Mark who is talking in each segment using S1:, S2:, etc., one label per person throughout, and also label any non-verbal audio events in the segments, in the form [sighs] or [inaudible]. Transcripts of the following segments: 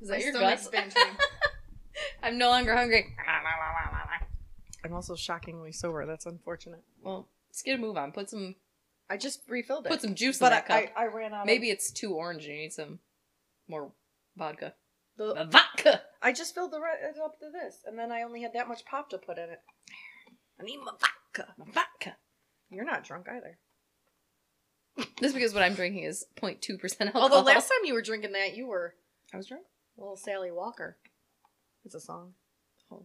S1: Is
S2: My
S1: that your
S2: stomach's
S1: gut?
S3: [laughs]
S2: Binging.
S1: [laughs] I'm no longer hungry. [laughs]
S3: I'm also shockingly sober. That's unfortunate.
S1: Well, let's get a move on. Put some
S3: I just refilled it.
S1: put some juice
S3: but
S1: in that
S3: I,
S1: cup.
S3: I, um, I ran out.
S1: Maybe it's too orange. and You need some more vodka.
S3: of the,
S1: Vodka.
S3: I just filled the re- it up to this, and then I only had that much pop to put in it. I need my vodka.
S1: Vodka.
S3: You're not drunk either.
S1: This is because what I'm drinking is 0.2 percent alcohol.
S3: Although last time you were drinking that, you were
S1: I was drunk.
S3: Little Sally Walker. It's a song.
S1: What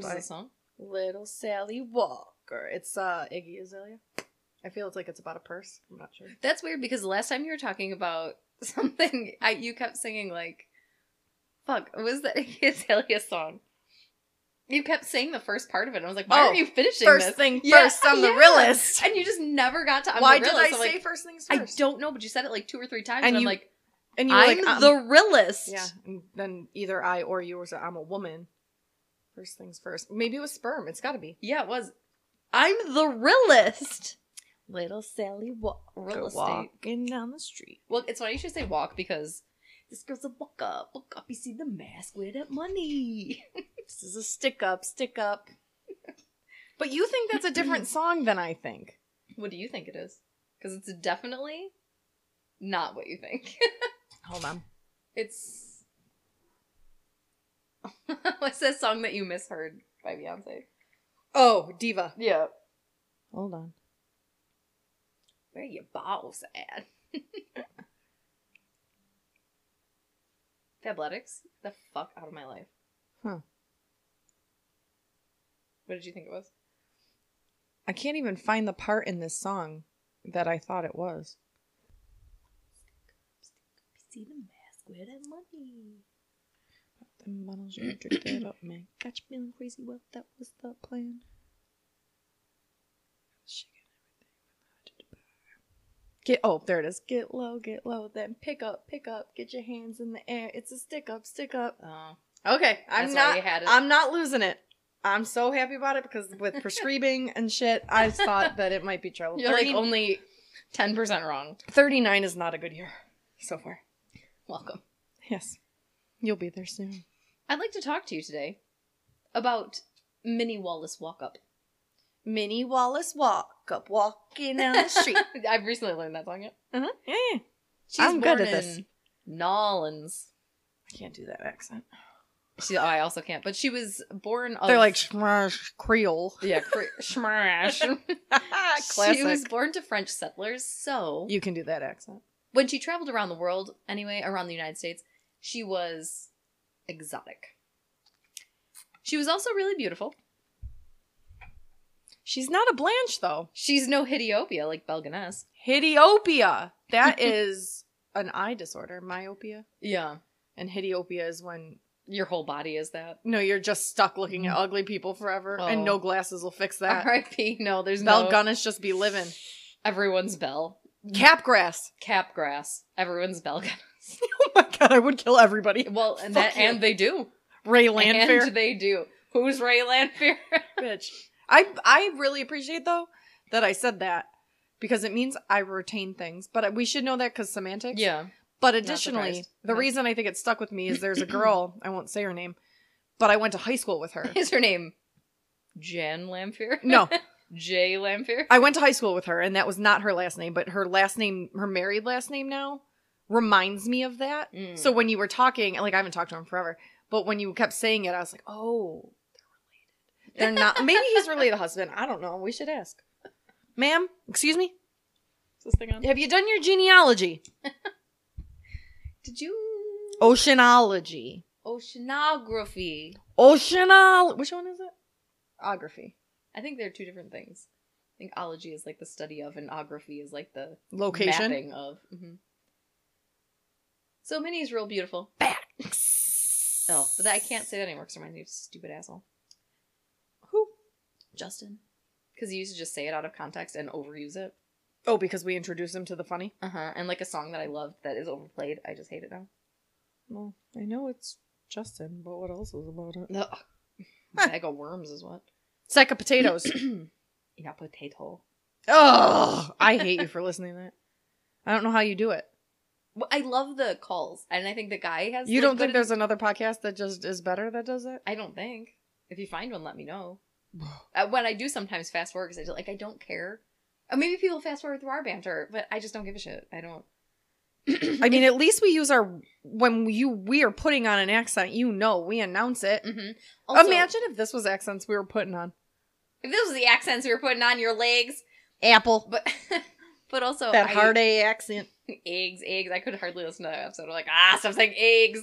S1: is
S3: Bye.
S1: the song?
S3: Little Sally Walker. It's uh Iggy Azalea. I feel it's like it's about a purse. I'm not sure.
S1: That's weird because the last time you were talking about [laughs] something, I, you kept singing like, "Fuck," what was that [laughs] Iggy Azalea song? You kept saying the first part of it. and I was like, "Why
S3: Oh,
S1: aren't you finishing this?"
S3: thing
S1: Yeah, yeah.
S3: realist.
S1: And you just never got to. I'm
S3: Why
S1: the
S3: did I
S1: realest. I'm
S3: say
S1: like,
S3: first things
S1: I
S3: first?
S1: don't know, but you said it like two or three times, and,
S3: And
S1: I'm
S3: you-
S1: like,
S3: And you were
S1: "I'm
S3: like, um,
S1: the realest."
S3: yeah. And then either I or you were so I'm a woman. First things first. Maybe it was sperm. It's got to be.
S1: yeah, it was. I'm the realest. Little Sally wa- real
S3: Go
S1: estate.
S3: Walking down the street.
S1: Well, it's funny you should say walk because this girl's a walk up, walk up. You see the mask, where that money? [laughs]
S3: This is a stick up, stick up. [laughs] but you think that's a [clears throat] different song than I think.
S1: What do you think it is? Because it's definitely not what you think. [laughs]
S3: Hold on.
S1: it's [laughs] what's that song that you misheard by Beyonce?
S3: Oh, diva.
S1: Yeah,
S3: Hold on.
S1: where your balls at? [laughs] Fabletics, the fuck out of my life.
S3: Huh.
S1: What did you think it was?
S3: I can't even find the part in this song that I thought it was.
S1: See the mask, where that money?
S3: The models you drifted up, man. Got you feeling crazy. Well, that was the plan. Get oh, there it is. Get low, get low, then pick up, pick up, get your hands in the air. It's a stick up, stick up.
S1: Oh,
S3: Okay,
S1: That's
S3: I'm
S1: why
S3: not.
S1: you had it.
S3: I'm not losing it. I'm so happy about it because with prescribing and shit, I thought that it might be trouble.
S1: you're
S3: 30
S1: like oh, only ten percent wrong.
S3: 39 is not a good year so far.
S1: Welcome.
S3: Yes, you'll be there soon.
S1: I'd like to talk to you today about Minnie Wallace Walk Up.
S3: Minnie Wallace walk up, walking down the street.
S1: [laughs] I've recently learned that song. Yet.
S3: [laughs] uh-huh. Yeah, yeah.
S1: She's
S3: I'm good
S1: born
S3: at this.
S1: in Nolans.
S3: I can't do that accent.
S1: She, oh, I also can't. But she was born. Of,
S3: They're like "Shmash, Creole.
S1: yeah, [laughs] cr- shmrash. She
S3: [laughs] Classic.
S1: was born to French settlers, so
S3: You can do that accent.
S1: when she traveled around the world, anyway, around the United States, she was exotic. She was also really beautiful.
S3: She's not a Blanche though.
S1: She's no Hidiopia like Belganess.
S3: Hidiopia. [laughs] That is an eye disorder. Myopia.
S1: Yeah,
S3: And hidiopia is when
S1: your whole body is that.
S3: no, you're just stuck looking at ugly people forever,
S1: Oh.
S3: and no glasses will fix that.
S1: R.I.P. No, there's
S3: Bell
S1: no
S3: Gunnish just be living.
S1: everyone's bell.
S3: Capgrass.
S1: Capgrass. Everyone's bell. [laughs]
S3: [laughs] Oh my god, I would kill everybody.
S1: well, and
S3: Fuck
S1: that,
S3: you.
S1: and they do.
S3: Ray Landfair.
S1: And they do. Who's Ray Lanfear?
S3: bitch. I I really appreciate though that I said that because it means I retain things. But we should know that because
S1: [laughs]
S3: semantics.
S1: yeah.
S3: But additionally,
S1: surprised.
S3: the
S1: No.
S3: reason I think it stuck with me is there's a girl I won't say her name, but I went to high school with her.
S1: [laughs] Is her name Jan Lanfear? [laughs]
S3: No,
S1: Jay Lanfear?
S3: I went to high school with her, and that was not her last name, but her last name, her married last name now, reminds me of that.
S1: Mm.
S3: So when you were talking, and like I haven't talked to him forever, but when you kept saying it, I was like, oh, they're related. They're not. Maybe
S1: [laughs]
S3: he's related husband. I don't know. We should ask. Ma'am, excuse me.
S1: Is this thing on?
S3: Have you done your genealogy?
S1: Did you
S3: Oh. Oceanology.
S1: oceanography?
S3: Oceanol. Which one is it? Ography.
S1: I think they're two different things. I think ology is like the study of, and ography is like the
S3: Location.
S1: mapping of. Mhm. So Minnie's real beautiful.
S3: Facts.
S1: Oh, but that, I can't say that anymore because it reminds me of stupid asshole
S3: Who?
S1: Justin, because he used to just say it out of context and overuse it.
S3: Oh, because we introduced him to the funny.
S1: Uh huh. And like a song that I loved that is overplayed. I just hate it now.
S3: Well, I know it's Justin, but what else was about it?
S1: Ugh. [laughs] Bag of worms is
S3: [clears throat]
S1: what.
S3: Sack of potatoes.
S1: [clears throat] Yeah, potato.
S3: Ugh, I hate you for listening to that. I don't know how you do it.
S1: Well, I love the calls, and I think the guy has.
S3: You
S1: like,
S3: don't
S1: good
S3: think
S1: in-
S3: there's another podcast that just is better that does that?
S1: I don't think. If you find one, let me know. Uh, What I do sometimes fast forward because I just like I don't care. Or maybe people fast forward through our banter, but I just don't give a shit. I don't. [coughs]
S3: I mean, at least we use our when you we are putting on an accent. You know, we announce it.
S1: hmm Also,
S3: Imagine if this was accents we were putting on.
S1: if this was the accents we were putting on your legs,
S3: Apple,
S1: but [laughs] but also
S3: that
S1: I-
S3: hard
S1: [coughs]
S3: A accent.
S1: eggs, eggs. I could hardly listen to that episode. I'm like, ah, stop saying eggs,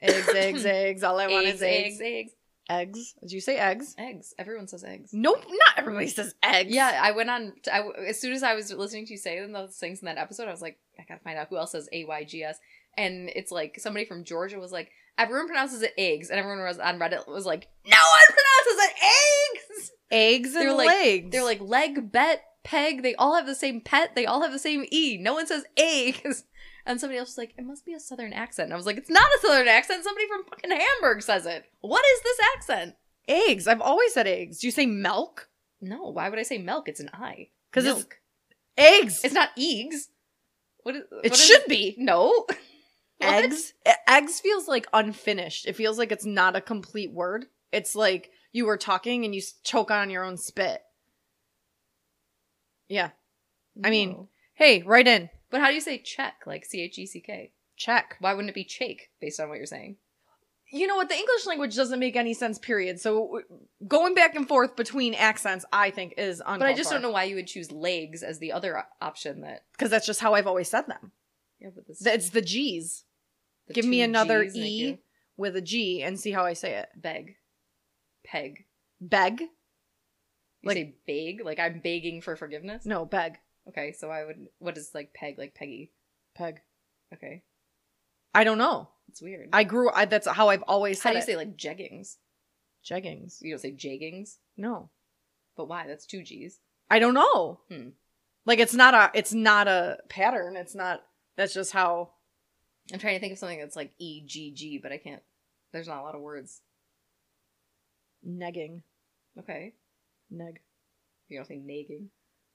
S3: Eggs,
S1: [coughs]
S3: eggs, eggs. All I want
S1: eggs,
S3: is eggs.
S1: eggs, eggs,
S3: Eggs. Did you say eggs?
S1: eggs. Everyone says eggs.
S3: Nope. Not everybody says eggs.
S1: Yeah, I went on. I, as soon as I was listening to you say them, those things in that episode, I was like, I gotta find out who else says A Y G S. And it's like somebody from Georgia was like, everyone pronounces it eggs, and everyone was on Reddit was like, no one pronounces it eggs.
S3: Eggs and
S1: They're like-
S3: legs.
S1: They're like leg, bet, peg. They all have the same pet. They all have the same e. No one says eggs. [laughs] And somebody else was like, it must be a southern accent. And I was like, it's not a southern accent. Somebody from fucking Hamburg says it. What is this accent?
S3: eggs. I've always said eggs. Do you say milk?
S1: No, why would I say milk? It's an I.
S3: 'Cause it's-
S1: Milk.
S3: Eggs.
S1: It's not eggs. What is,
S3: it
S1: what is-
S3: should be. [laughs]
S1: no. What?
S3: Eggs. E- Eggs feels like unfinished. It feels like it's not a complete word. It's like you were talking and you s- choke on your own spit. Yeah. I mean-
S1: No.
S3: Hey, right in.
S1: but how do you say check? Like C H E C K.
S3: Check.
S1: Why wouldn't it be chake based on what you're saying?
S3: You know what? The English language doesn't make any sense, period. So w- going back and forth between accents, I think, is uncalled
S1: But I just don't know why you would choose legs as the other o- option that.
S3: Because that's just how I've always said them.
S1: Yeah, but this.
S3: It's the G's
S1: the
S3: give me
S1: two
S3: another
S1: Gs make
S3: E.
S1: you
S3: with a G and see how I say it.
S1: Beg. Peg.
S3: Beg?
S1: You
S3: Like-
S1: say beg? Like I'm begging for forgiveness?
S3: No, beg.
S1: Okay, so I would. What is like peg? Like Peggy.
S3: Peg.
S1: Okay.
S3: I don't know.
S1: It's weird.
S3: I grew. I, that's how I've always
S1: how
S3: said
S1: do you
S3: it.
S1: say like jeggings?
S3: jeggings?
S1: You don't say jeggings?
S3: No,
S1: But why? That's two G's.
S3: I don't know.
S1: Hmm.
S3: Like it's not a. It's not a pattern. It's not. That's just how.
S1: I'm trying to think of something that's like E G G, but I can't. There's not a lot of words.
S3: Negging.
S1: Okay.
S3: Neg.
S1: You don't think nagging?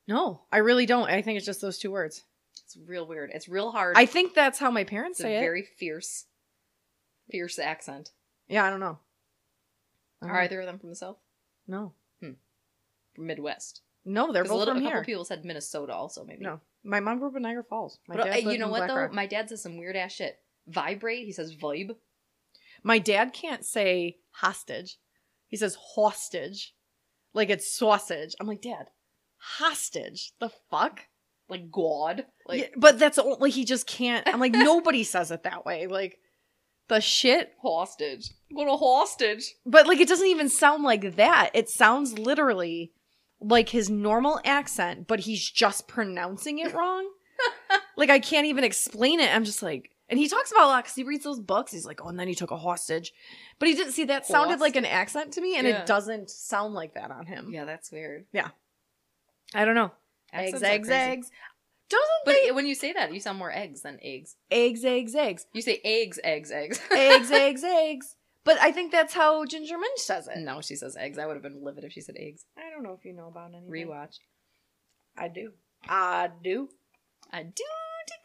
S3: No, I really don't. I think it's just those two words.
S1: It's real weird. It's real hard.
S3: I think that's how my parents
S1: it's a
S3: say it.
S1: very fierce, fierce accent.
S3: yeah, I don't know. I don't
S1: Are either of them from the south?
S3: know. No.
S1: From Midwest.
S3: No, they're
S1: 'Cause a
S3: both
S1: little,
S3: from
S1: a couple
S3: here.
S1: people said Minnesota also maybe.
S3: No, my mom grew up in Niagara Falls. My
S1: but uh,
S3: dad lived
S1: you know
S3: in
S1: what
S3: Black
S1: though?
S3: Rock.
S1: My dad says some weird ass shit. Vibrate. He says vibe.
S3: My dad can't say hostage. He says hostage. Like it's sausage. I'm like, Dad, hostage? The fuck?
S1: Like God. Like
S3: Yeah, but that's only he just can't. I'm
S1: [laughs]
S3: like, nobody says it that way. Like the shit.
S1: hostage. What a hostage.
S3: But like it doesn't even sound like that. It sounds literally like his normal accent, but he's just pronouncing
S1: [laughs]
S3: it wrong. like I can't even explain it. I'm just like and he talks about it a lot because he reads those books. He's like, oh, and then he took a hostage. But he didn't see that sounded like an accent to me, and
S1: Yeah.
S3: it doesn't sound like that on him.
S1: Yeah, that's weird.
S3: I don't know.
S1: Accents
S3: eggs,
S1: are
S3: eggs,
S1: crazy.
S3: eggs. Doesn't
S1: But
S3: they?
S1: it- when you say that, you sound more eggs than eggs.
S3: eggs, eggs, eggs.
S1: You say eggs, eggs, eggs.
S3: eggs, eggs, eggs. But I think that's how Ginger Minch says it.
S1: no, she says eggs. I would have been livid if she said eggs.
S3: I don't know if you know about anything.
S1: Rewatch.
S3: I do. I do.
S1: I do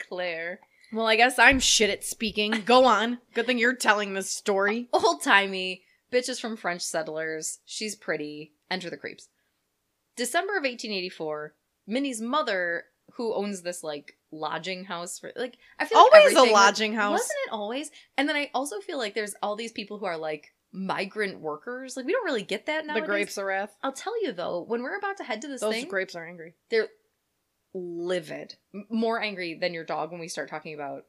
S1: declare.
S3: Well, I guess I'm shit at [laughs] speaking. Go on. Good thing you're telling this story.
S1: Old timey, bitches from French settlers. She's pretty. Enter the creeps. December of 1884, Minnie's mother, who owns this like lodging house for like I feel like
S3: Always a
S1: everything-
S3: lodging house.
S1: Wasn't it always? And then I also feel like there's all these people who are like migrant workers. Like we don't really get that now.
S3: The grapes are wrath.
S1: I'll tell you though, when we're about to head to this
S3: Those
S1: thing,
S3: grapes are angry.
S1: they're livid, M- more angry than your dog when we start talking about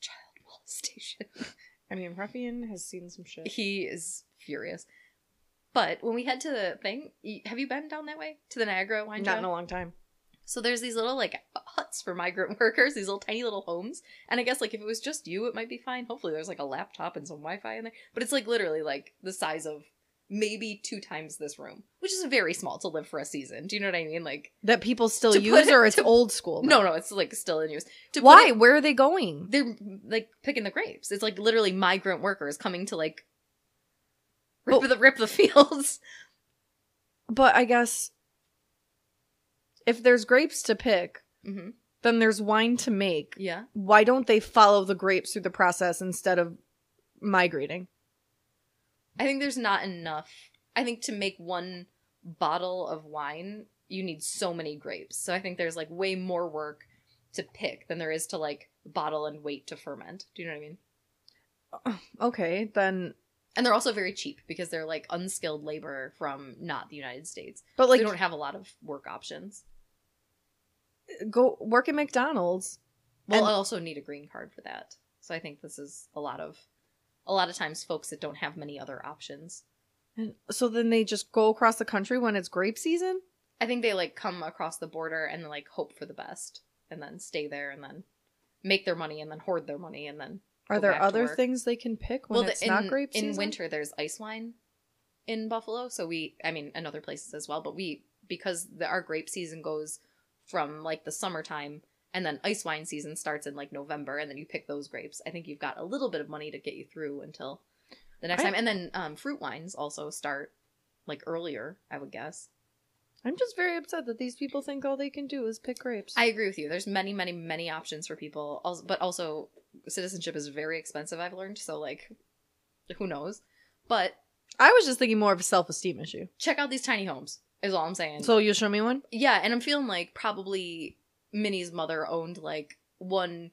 S1: child [laughs] molestation.
S3: [laughs] I mean, Ruffian has seen some shit.
S1: he is furious. But when we head to the thing, y- have you been down that way to the Niagara wine
S3: Not
S1: trail?
S3: in a long time.
S1: So there's these little like huts for migrant [laughs] workers, these little tiny little homes. And I guess like if it was just you, it might be fine. Hopefully there's like a laptop and some Wi-Fi in there. But it's like literally like the size of maybe two times this room, which is very small to live for a season. Do you know what I mean? Like
S3: That people still
S1: To put
S3: use,
S1: it-
S3: or it's
S1: to-
S3: old school.
S1: no, no, it's like still in use. To put
S3: Oh Why?
S1: it-
S3: Where are they going?
S1: they're like picking the grapes. It's like literally migrant workers coming to like rip
S3: But-
S1: the rip the
S3: [laughs]
S1: fields.
S3: But I guess if there's grapes to pick,
S1: hmm
S3: then there's wine to make.
S1: Yeah.
S3: Why don't they follow the grapes through the process instead of migrating?
S1: I think there's not enough. I think to make one bottle of wine, you need so many grapes. So I think there's like way more work to pick than there is to like bottle and wait to ferment. Do you know what I mean?
S3: Okay, then.
S1: And they're also very cheap because they're like unskilled labor from not the United States. Like,
S3: But like,
S1: they don't have a lot of work options.
S3: go work at McDonald's.
S1: Well,
S3: And-
S1: I also need a green card for that. So I think this is a lot of a lot of times folks that don't have many other options.
S3: And so then they just go across the country when it's grape season?
S1: I think they like come across the border and like hope for the best and then stay there and then make their money and then hoard their money and then
S3: Are
S1: Go
S3: there
S1: back to
S3: other
S1: work.
S3: things they can pick when
S1: the-
S3: it's not
S1: in,
S3: grape season?
S1: in winter there's ice wine in Buffalo, so we I mean and other places as well, but we because the, our grape season goes from like the summertime and then ice wine season starts in like November and then you pick those grapes. I think you've got a little bit of money to get you through until the next
S3: I-
S1: time. And then um, fruit wines also start like earlier, I would guess.
S3: I'm just very upset that these people think all they can do is pick grapes.
S1: I agree with you. There's many, many, many options for people, als- but also citizenship is very expensive. I've learned, so like, who knows? But
S3: I was just thinking more of a self esteem issue.
S1: check out these tiny homes. Is all I'm saying.
S3: So you'll show me one?
S1: yeah, and I'm feeling like probably Minnie's mother owned like one.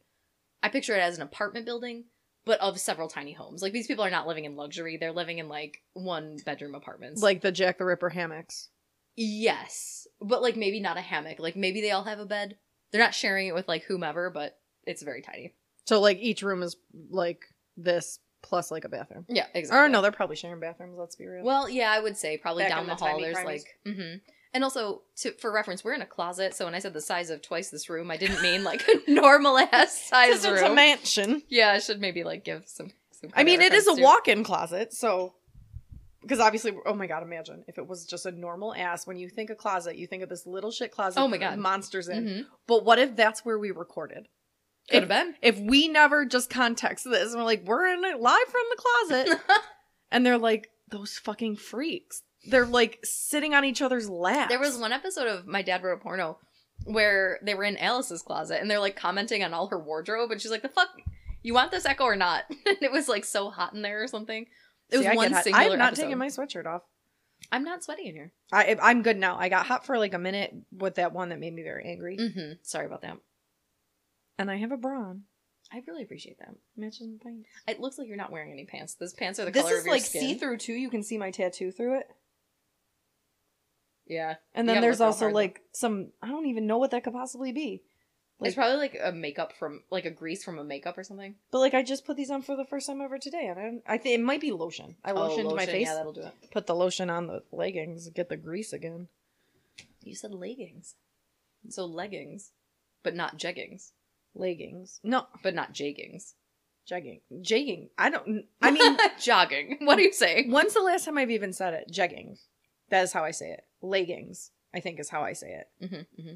S1: I picture it as an apartment building, but of several tiny homes. Like these people are not living in luxury; they're living in like one bedroom apartments.
S3: Like the Jack the Ripper hammocks.
S1: yes, but like maybe not a hammock. Like maybe they all have a bed. They're not sharing it with like whomever, but it's very tiny.
S3: So like each room is like this plus like a bathroom.
S1: Yeah, exactly.
S3: Or no, they're probably sharing bathrooms, let's be real.
S1: Well, yeah, I would say probably
S3: Back
S1: down
S3: in
S1: the,
S3: the
S1: hall.
S3: timey
S1: There's
S3: primies.
S1: like, hmm and also to, for reference, we're in a closet. So when I said the size of twice this room, I didn't mean like [laughs] a normal
S3: [laughs]
S1: ass size
S3: it's a
S1: room.
S3: mansion.
S1: yeah, I should maybe like give some. some
S3: I mean, it is a
S1: walk.
S3: walk-in closet, so because obviously, oh my god, imagine if it was just a normal ass. When you think of closet, you think of this little shit closet.
S1: Oh my
S3: that
S1: God.
S3: monsters in.
S1: Mhm.
S3: But what if that's where we recorded?
S1: Could have been.
S3: If we never just context this and we're like, we're in it live from the
S1: [laughs]
S3: closet, and they're like, those fucking freaks. They're like sitting on each other's laps.
S1: There was one episode of My Dad Wrote a Porno where they were in Alice's closet and they're like commenting on all her wardrobe, and she's like, "The fuck." You want this echo or not? [laughs] and it was like so hot in there or something. It
S3: See,
S1: was
S3: I get
S1: one
S3: hot.
S1: singular
S3: I'm not
S1: episode.
S3: taking my sweatshirt off.
S1: I'm not sweaty in here.
S3: I, I'm good now. I got hot for like a minute with that one that made me very angry,
S1: hmm Sorry about that.
S3: and I have a bra on.
S1: I really appreciate that.
S3: Matches my pants.
S1: It looks like you're not wearing any pants. Those pants are the
S3: this
S1: color
S3: is
S1: of your
S3: like
S1: skin.
S3: see through too. You can see my tattoo through it.
S1: Yeah,
S3: And
S1: You
S3: then
S1: gotta
S3: there's
S1: look real
S3: also
S1: hard.
S3: like some I don't even know what that could possibly be. Like-
S1: it's probably like a makeup from like a grease from a makeup or something.
S3: But like I just put these on for the first time ever today, and I, don't- I think it might be lotion. I
S1: Oh,
S3: lotioned my
S1: lotion,
S3: face.
S1: Yeah, that'll do it.
S3: put the lotion on the leggings. Get the grease again.
S1: You said leggings, so leggings, but not jeggings,
S3: Leggings. No,
S1: but not jeggings.
S3: jegging. Jegging. I don't.
S1: [laughs]
S3: I mean,
S1: jogging. What do you say?
S3: when's the last time I've even said it? Jegging. That is how I say it. Leggings. I think is how I say it.
S1: hmm hmm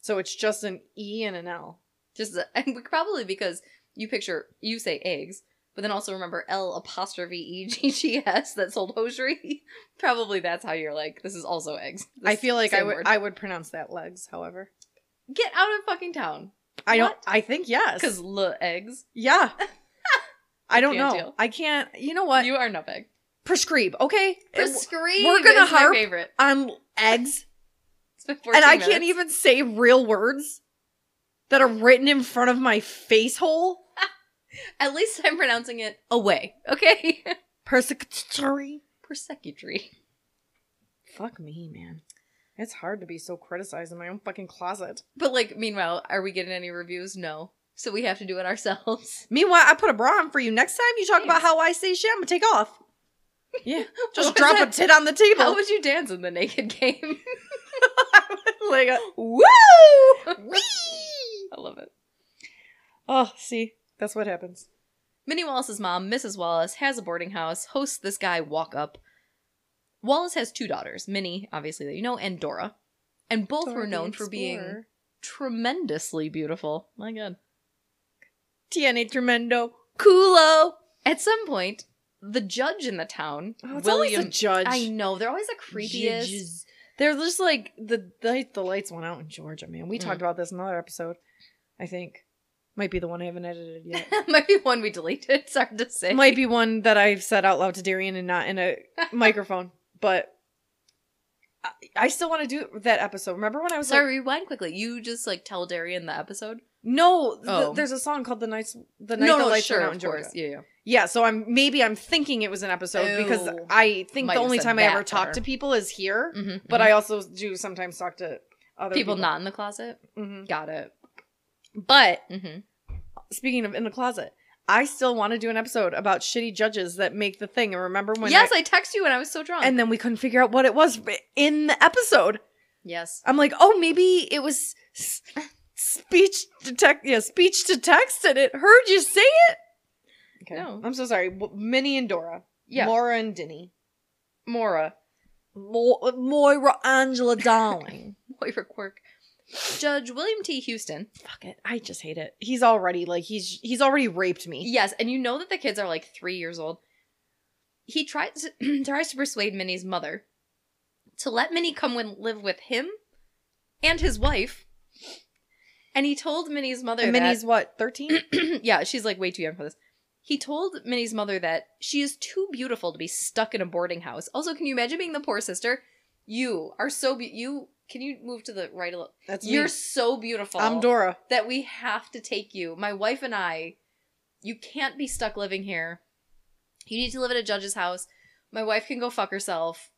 S3: So it's just an E and an L.
S1: Just [laughs] and we- probably because you picture you say eggs, but then also remember L apostrophe E G G S [laughs] that sold hosiery. [laughs] probably that's how you're like. This is also eggs.
S3: I feel like I
S1: same
S3: would
S1: word.
S3: I would pronounce that legs. However,
S1: Get out of fucking town
S3: I don't.
S1: What?
S3: I think yes.
S1: because le eggs. [laughs]
S3: Yeah. I don't know.
S1: Can't deal.
S3: I can't. You know what?
S1: You are not big.
S3: prescribe, okay? It-
S1: Prescribe
S3: we're gonna
S1: is my
S3: harp
S1: favorite.
S3: on eggs,
S1: It's been 14
S3: and I
S1: minutes.
S3: can't even say real words that are written in front of my face hole.
S1: At least I'm pronouncing it away. Okay. [laughs]
S3: Persecutory.
S1: Persecutory.
S3: Fuck me, man. It's hard to be so criticized in my own fucking closet.
S1: But like, meanwhile, are we getting any reviews? No. So we have to do it ourselves. [laughs]
S3: Meanwhile, I put a bra on for you. Next time you talk about
S1: Thanks.
S3: how I say shit, I'm gonna take off. Yeah,
S1: [laughs]
S3: just
S1: What
S3: drop
S1: was
S3: a
S1: that?
S3: tit on the table.
S1: How would you dance in the naked game? [laughs]
S3: like a, woo,
S1: [laughs]
S3: wee.
S1: I love it.
S3: Oh, see, that's what happens.
S1: Minnie Wallace's mom, Mrs. Wallace, has a boarding house, hosts this guy walk up. Wallace has two daughters, Minnie, obviously that you know, and Dora. And both
S3: Dora
S1: were
S3: the
S1: known for being
S3: Explorer.
S1: tremendously beautiful. My god.
S3: Tiene tremendo.
S1: Kulo. At some point, the judge in the town,
S3: Oh, it's always
S1: William.
S3: a judge.
S1: I know they're always the creepiest.
S3: Judges. They're just like the the, the lights went out in Georgia, man. We talked about this in another episode, I think. Might be the one I haven't edited yet.
S1: [laughs]
S3: [laughs]
S1: Might be one we deleted. It's hard to say.
S3: Might be one that I've said out loud to Darian and not in [laughs] a microphone, but I, I still want to do that episode. Remember when I was
S1: Sorry,
S3: like,
S1: rewind quickly. You just like tell Darian the episode.
S3: no, th-
S1: Oh.
S3: there's a song called "The Nights The Night the Lights Went Out in Georgia."
S1: Yeah, yeah.
S3: Yeah, so I'm maybe I'm thinking it was an episode because
S1: Oh.
S3: I think
S1: Might
S3: the
S1: have
S3: only
S1: said
S3: time I
S1: that
S3: ever talk
S1: better.
S3: to people is here,
S1: Mhm,
S3: but
S1: mhm.
S3: I also do sometimes talk to other
S1: people
S3: people.
S1: not in the closet.
S3: Mhm.
S1: Got it.
S3: But
S1: Mm-hmm.
S3: speaking of in the closet, I still want to do an episode about shitty judges that make the thing. And remember when?
S1: Yes, I, text you when I was so drunk.
S3: I- and then we couldn't figure out what it was in the episode.
S1: yes,
S3: I'm like, oh, maybe it was s- speech to text. Yeah, speech to text, and it heard you say it. Okay,
S1: No.
S3: I'm so sorry. W- Minnie and Dora.
S1: yeah,
S3: Laura and Denny.
S1: Mora,
S3: Mo- Moira Angela Darling.
S1: Moira Quirk, Judge William T. Houston.
S3: [laughs] Fuck it. I just hate it. He's already like he's he's already raped [laughs] me.
S1: Yes, and you know that the kids are like three years old. He tries tries to [clears throat] persuade Minnie's mother to let Minnie come and live with him and his wife. And he told Minnie's mother
S3: And
S1: that
S3: Minnie's what, 13?
S1: [clears throat] yeah, she's like way too young for this. He told Minnie's mother that she is too beautiful to be stuck in a boarding house. Also, can you imagine being the poor sister? You are so be- you. Can you move to the right a little?
S3: [clears throat] That's
S1: You're
S3: me.
S1: so beautiful
S3: I'm Dora.
S1: that we have to take you. My wife and I. You can't be stuck living here. You need to live at a judge's house. My wife can go fuck herself.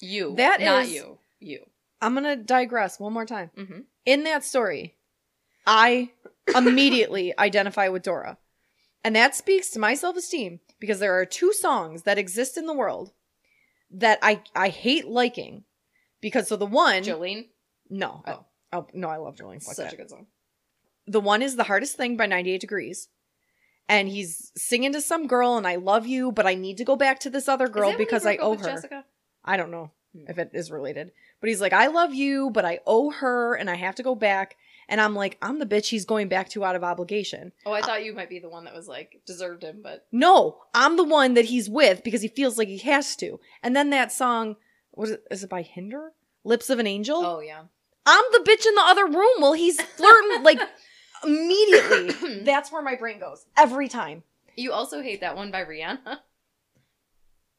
S1: You.
S3: That
S1: not
S3: is-
S1: you. You.
S3: I'm gonna digress one more time.
S1: hmm
S3: In that story, I [laughs] immediately identify with Dora. And that speaks to my self-esteem because there are two songs that exist in the world that I I hate liking. Because so the one
S1: Jolene.
S3: No.
S1: Oh.
S3: Oh. no, I love Jolene. Fuck
S1: Such
S3: that.
S1: a good song.
S3: The one is The Hardest Thing by 98 Degrees. And he's singing to some girl, and I love you, but I need to go back to this other
S1: Is
S3: girl
S1: that when he
S3: because I
S1: broke up
S3: owe
S1: with
S3: her.
S1: Jessica.
S3: I don't know
S1: Hmm.
S3: if it is related. But he's like, I love you, but I owe her, and I have to go back. And I'm like, I'm the bitch he's going back to out of obligation.
S1: Oh, I thought you might be the one that was like deserved him, but
S3: No, I'm the one that he's with because he feels like he has to. And then that song, what is it, is it by Hinder? Lips of an Angel?
S1: oh yeah,
S3: I'm the bitch in the other room while he's
S1: [laughs]
S3: flirting, like
S1: [clears throat]
S3: immediately. That's where my brain goes every time.
S1: you also hate that one by Rihanna. [laughs]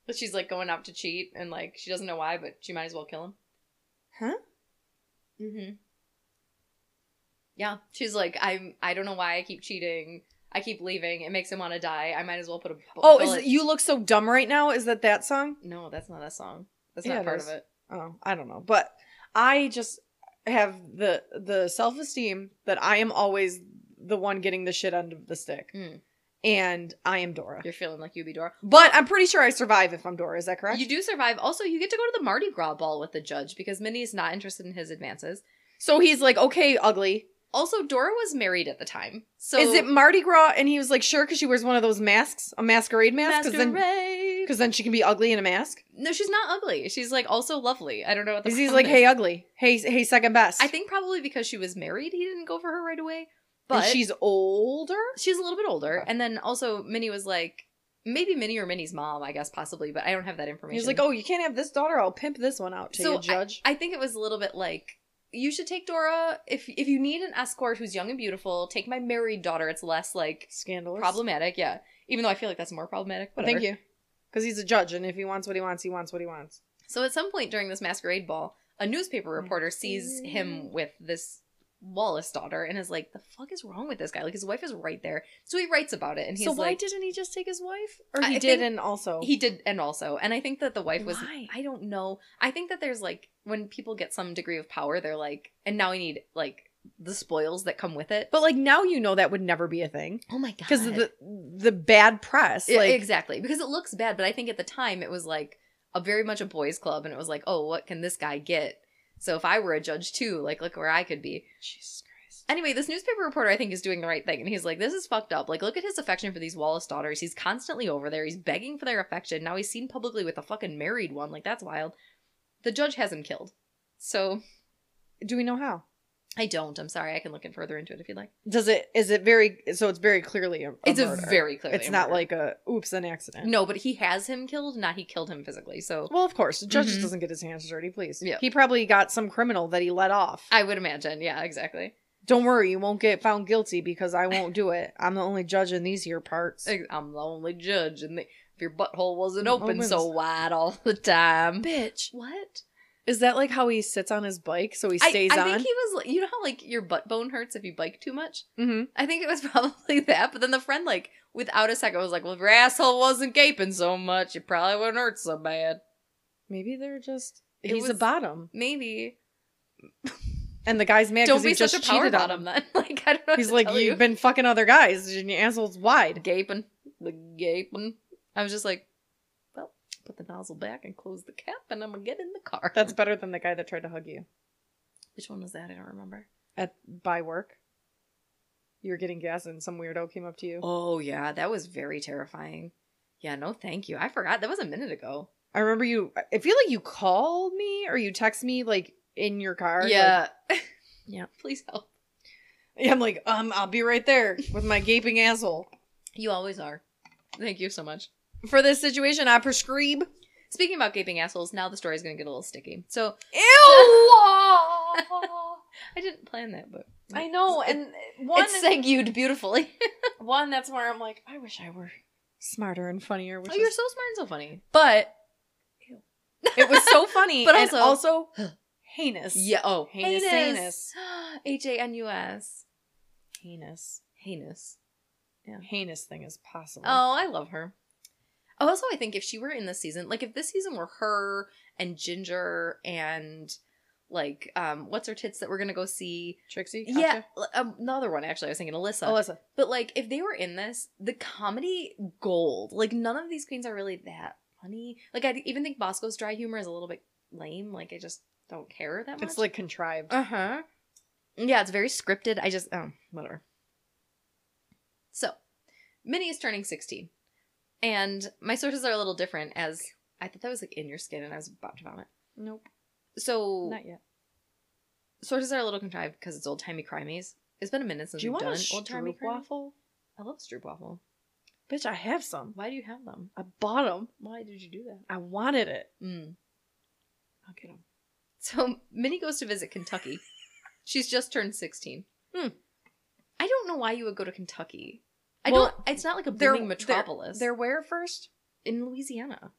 S1: But she's like going out to cheat, and like she doesn't know why, but she might as well kill him.
S3: Huh?
S1: Mm-hmm. Yeah, she's like, I'm. I don't know why I keep cheating. I keep leaving. It makes him want to die. I might as well put a. bu-
S3: Oh, is
S1: bullet-
S3: it, you look so dumb right now? Is that that song?
S1: No, that's not that song. That's
S3: Yeah,
S1: not
S3: it
S1: part
S3: is.
S1: of it.
S3: Oh, I don't know, but I just have the the self esteem that I am always the one getting the shit end of the stick,
S1: Mm.
S3: and I am Dora.
S1: You're feeling like you'd be Dora.
S3: but I'm pretty sure I survive if I'm Dora. Is that correct?
S1: You do survive. Also, you get to go to the Mardi Gras ball with the judge because Minnie's not interested in his advances.
S3: so he's like, okay, ugly.
S1: Also, Dora was married at the time. So
S3: is it Mardi Gras? And he was like, sure, because she wears one of those masks, a masquerade mask, because then
S1: Masquerade.
S3: because then she can be ugly in a mask.
S1: No, she's not ugly. She's like also lovely. I don't know what the
S3: Because he's
S1: problem
S3: like,
S1: is.
S3: hey, ugly. Hey, hey, second best.
S1: I think probably because she was married, he didn't go for her right away.
S3: And
S1: But she's
S3: she's older.
S1: she's a little bit older.
S3: Okay.
S1: And then also Minnie was like maybe Minnie or Minnie's mom, I guess possibly, but I don't have that information.
S3: He's like, oh, you can't have this daughter. I'll pimp this one out to
S1: So
S3: you, judge.
S1: I think it was a little bit like you should take Dora if if you need an escort who's young and beautiful, take my married daughter. It's less like
S3: Scandalous.
S1: problematic, yeah. Even though I feel like that's more problematic.
S3: But
S1: Whatever.
S3: Thank you. Because he's a judge, and if he wants what he wants, he wants what he wants.
S1: So at some point during this masquerade ball, a newspaper reporter sees him with this Wallace daughter and is like, "The fuck is wrong with this guy? Like his wife is right there." So he writes about it and he's
S3: so why
S1: like,
S3: didn't he just take his wife? Or
S1: I
S3: he
S1: think
S3: did, and also
S1: "He did," and also, and I think that the wife was.
S3: Why?
S1: I don't know. I think that there's like when people get some degree of power, they're like, and now I need like the spoils that come with it.
S3: But like now, you know that would never be a thing
S1: oh my god,
S3: because the the bad press.
S1: Yeah,
S3: like
S1: exactly because it looks bad but i think at the time it was like a very much a boys club and it was like oh what can this guy get so if i were a judge too like look where i could be
S3: Jesus Christ.
S1: anyway this newspaper reporter i think is doing the right thing and he's like this is fucked up like look at his affection for these wallace daughters he's constantly over there he's begging for their affection now he's seen publicly with a fucking married one like that's wild the judge has him killed so
S3: Do we know how?
S1: I don't. I'm sorry. I can look in further into it if you'd like.
S3: Does it? Is it very? So it's very clearly a. a
S1: it's
S3: murder.
S1: a very clearly.
S3: It's
S1: a
S3: not
S1: murder.
S3: like a oops an accident.
S1: no, but he has him killed. Not he killed him physically. So
S3: Well, of course, the judge just
S1: Mhm.
S3: doesn't get his hands dirty. Please.
S1: Yeah.
S3: He probably got some criminal that he let off.
S1: I would imagine. Yeah, exactly.
S3: Don't worry, you won't get found guilty because I won't do it. I'm the only judge in these here parts.
S1: Ex- I'm the only judge, and the, if your butthole wasn't
S3: Mm,
S1: open so
S3: opens.
S1: wide all the time,
S3: Bitch.
S1: what?
S3: Is that like how he sits on his bike so he
S1: I-
S3: stays
S1: I,
S3: on?
S1: think he was. like- You know how like your butt bone hurts if you bike too much.
S3: Mhm.
S1: I think it was [laughs] probably that. But then the friend, like, without a second, was like, "Well, if your asshole wasn't gaping so much, it probably wouldn't hurt so bad.
S3: Maybe they're just.
S1: It
S3: he's a
S1: was-
S3: bottom,
S1: Maybe
S3: and the guy's mad
S1: don't
S3: because
S1: be
S3: he
S1: such
S3: just
S1: a power
S3: cheated on
S1: bottom [laughs]
S3: him.
S1: then. Like, I don't know.
S3: He's
S1: what to
S3: like,
S1: tell
S3: you've
S1: you.
S3: been fucking other guys, and your asshole's wide.
S1: gaping, the gaping. I was just like, well, put the nozzle back and close the cap, and I'm gonna get in the car.
S3: That's better than the guy that tried to hug you
S1: which one was that? I don't remember.
S3: at by work. You were getting gas, and some weirdo came up to you.
S1: Oh yeah, that was very terrifying. Yeah, no, thank you. I forgot that was a minute ago.
S3: I remember you. I feel like you called me or you text me like in your car.
S1: [laughs]
S3: like-
S1: yeah,
S3: Yeah.
S1: Please help.
S3: Yeah, I'm like, um, I'll be right there with my gaping asshole.
S1: You always are. Thank you so much.
S3: For this situation, I prescribe.
S1: Speaking about gaping assholes, now the story's gonna get a little sticky. So [laughs] Oh,
S3: Ew!
S1: I didn't plan that, but
S3: I know, and one
S1: it segued [laughs] beautifully.
S3: [laughs] one that's where I'm like, I wish I were smarter and funnier. Which
S1: oh, you're
S3: is-
S1: so smart and so funny.
S3: but it was
S1: [laughs]
S3: so funny,
S1: But
S3: but also,
S1: also- [gasps]
S3: also heinous.
S1: Yeah. Oh,
S3: Heinous,
S1: heinous. [gasps] H a n u s.
S3: heinous,
S1: Heinous.
S3: heinous thing is possible.
S1: Oh, I love her. Oh, also, I think if she were in this season, like if this season were her and Ginger and like um, what's her tits that we're gonna go see?
S3: Trixie,
S1: Yeah, l- um, another one actually. I was thinking Alyssa.
S3: Alyssa,
S1: But like, if they were in this, the comedy gold. Like, none of these queens are really that funny. Like, I even think Bosco's dry humor is a little bit lame. Like, I just don't care that much.
S3: it's like contrived.
S1: uh huh. Yeah, it's very scripted. I just oh whatever. So, Minnie is turning sixteen, and my sources are a little different. As I thought that was like in your skin, and I was about to vomit.
S3: nope,
S1: So
S3: not yet.
S1: sources are a little contrived because it's old timey crimeys. It's been a minute since
S3: Do you
S1: we've
S3: want a
S1: done old timey
S3: stroop
S1: waffle.
S3: waffle?
S1: I love stroop waffle.
S3: Bitch, I have some.
S1: Why do you have them?
S3: I bought them.
S1: Why did you do that?
S3: I wanted it.
S1: Mm.
S3: I'll get them.
S1: So Minnie goes to visit Kentucky. She's just turned sixteen.
S3: Hmm.
S1: I don't know why you would go to Kentucky. I
S3: Well,
S1: don't. It's not like a
S3: They're
S1: booming metropolis.
S3: They're, where first?
S1: in Louisiana.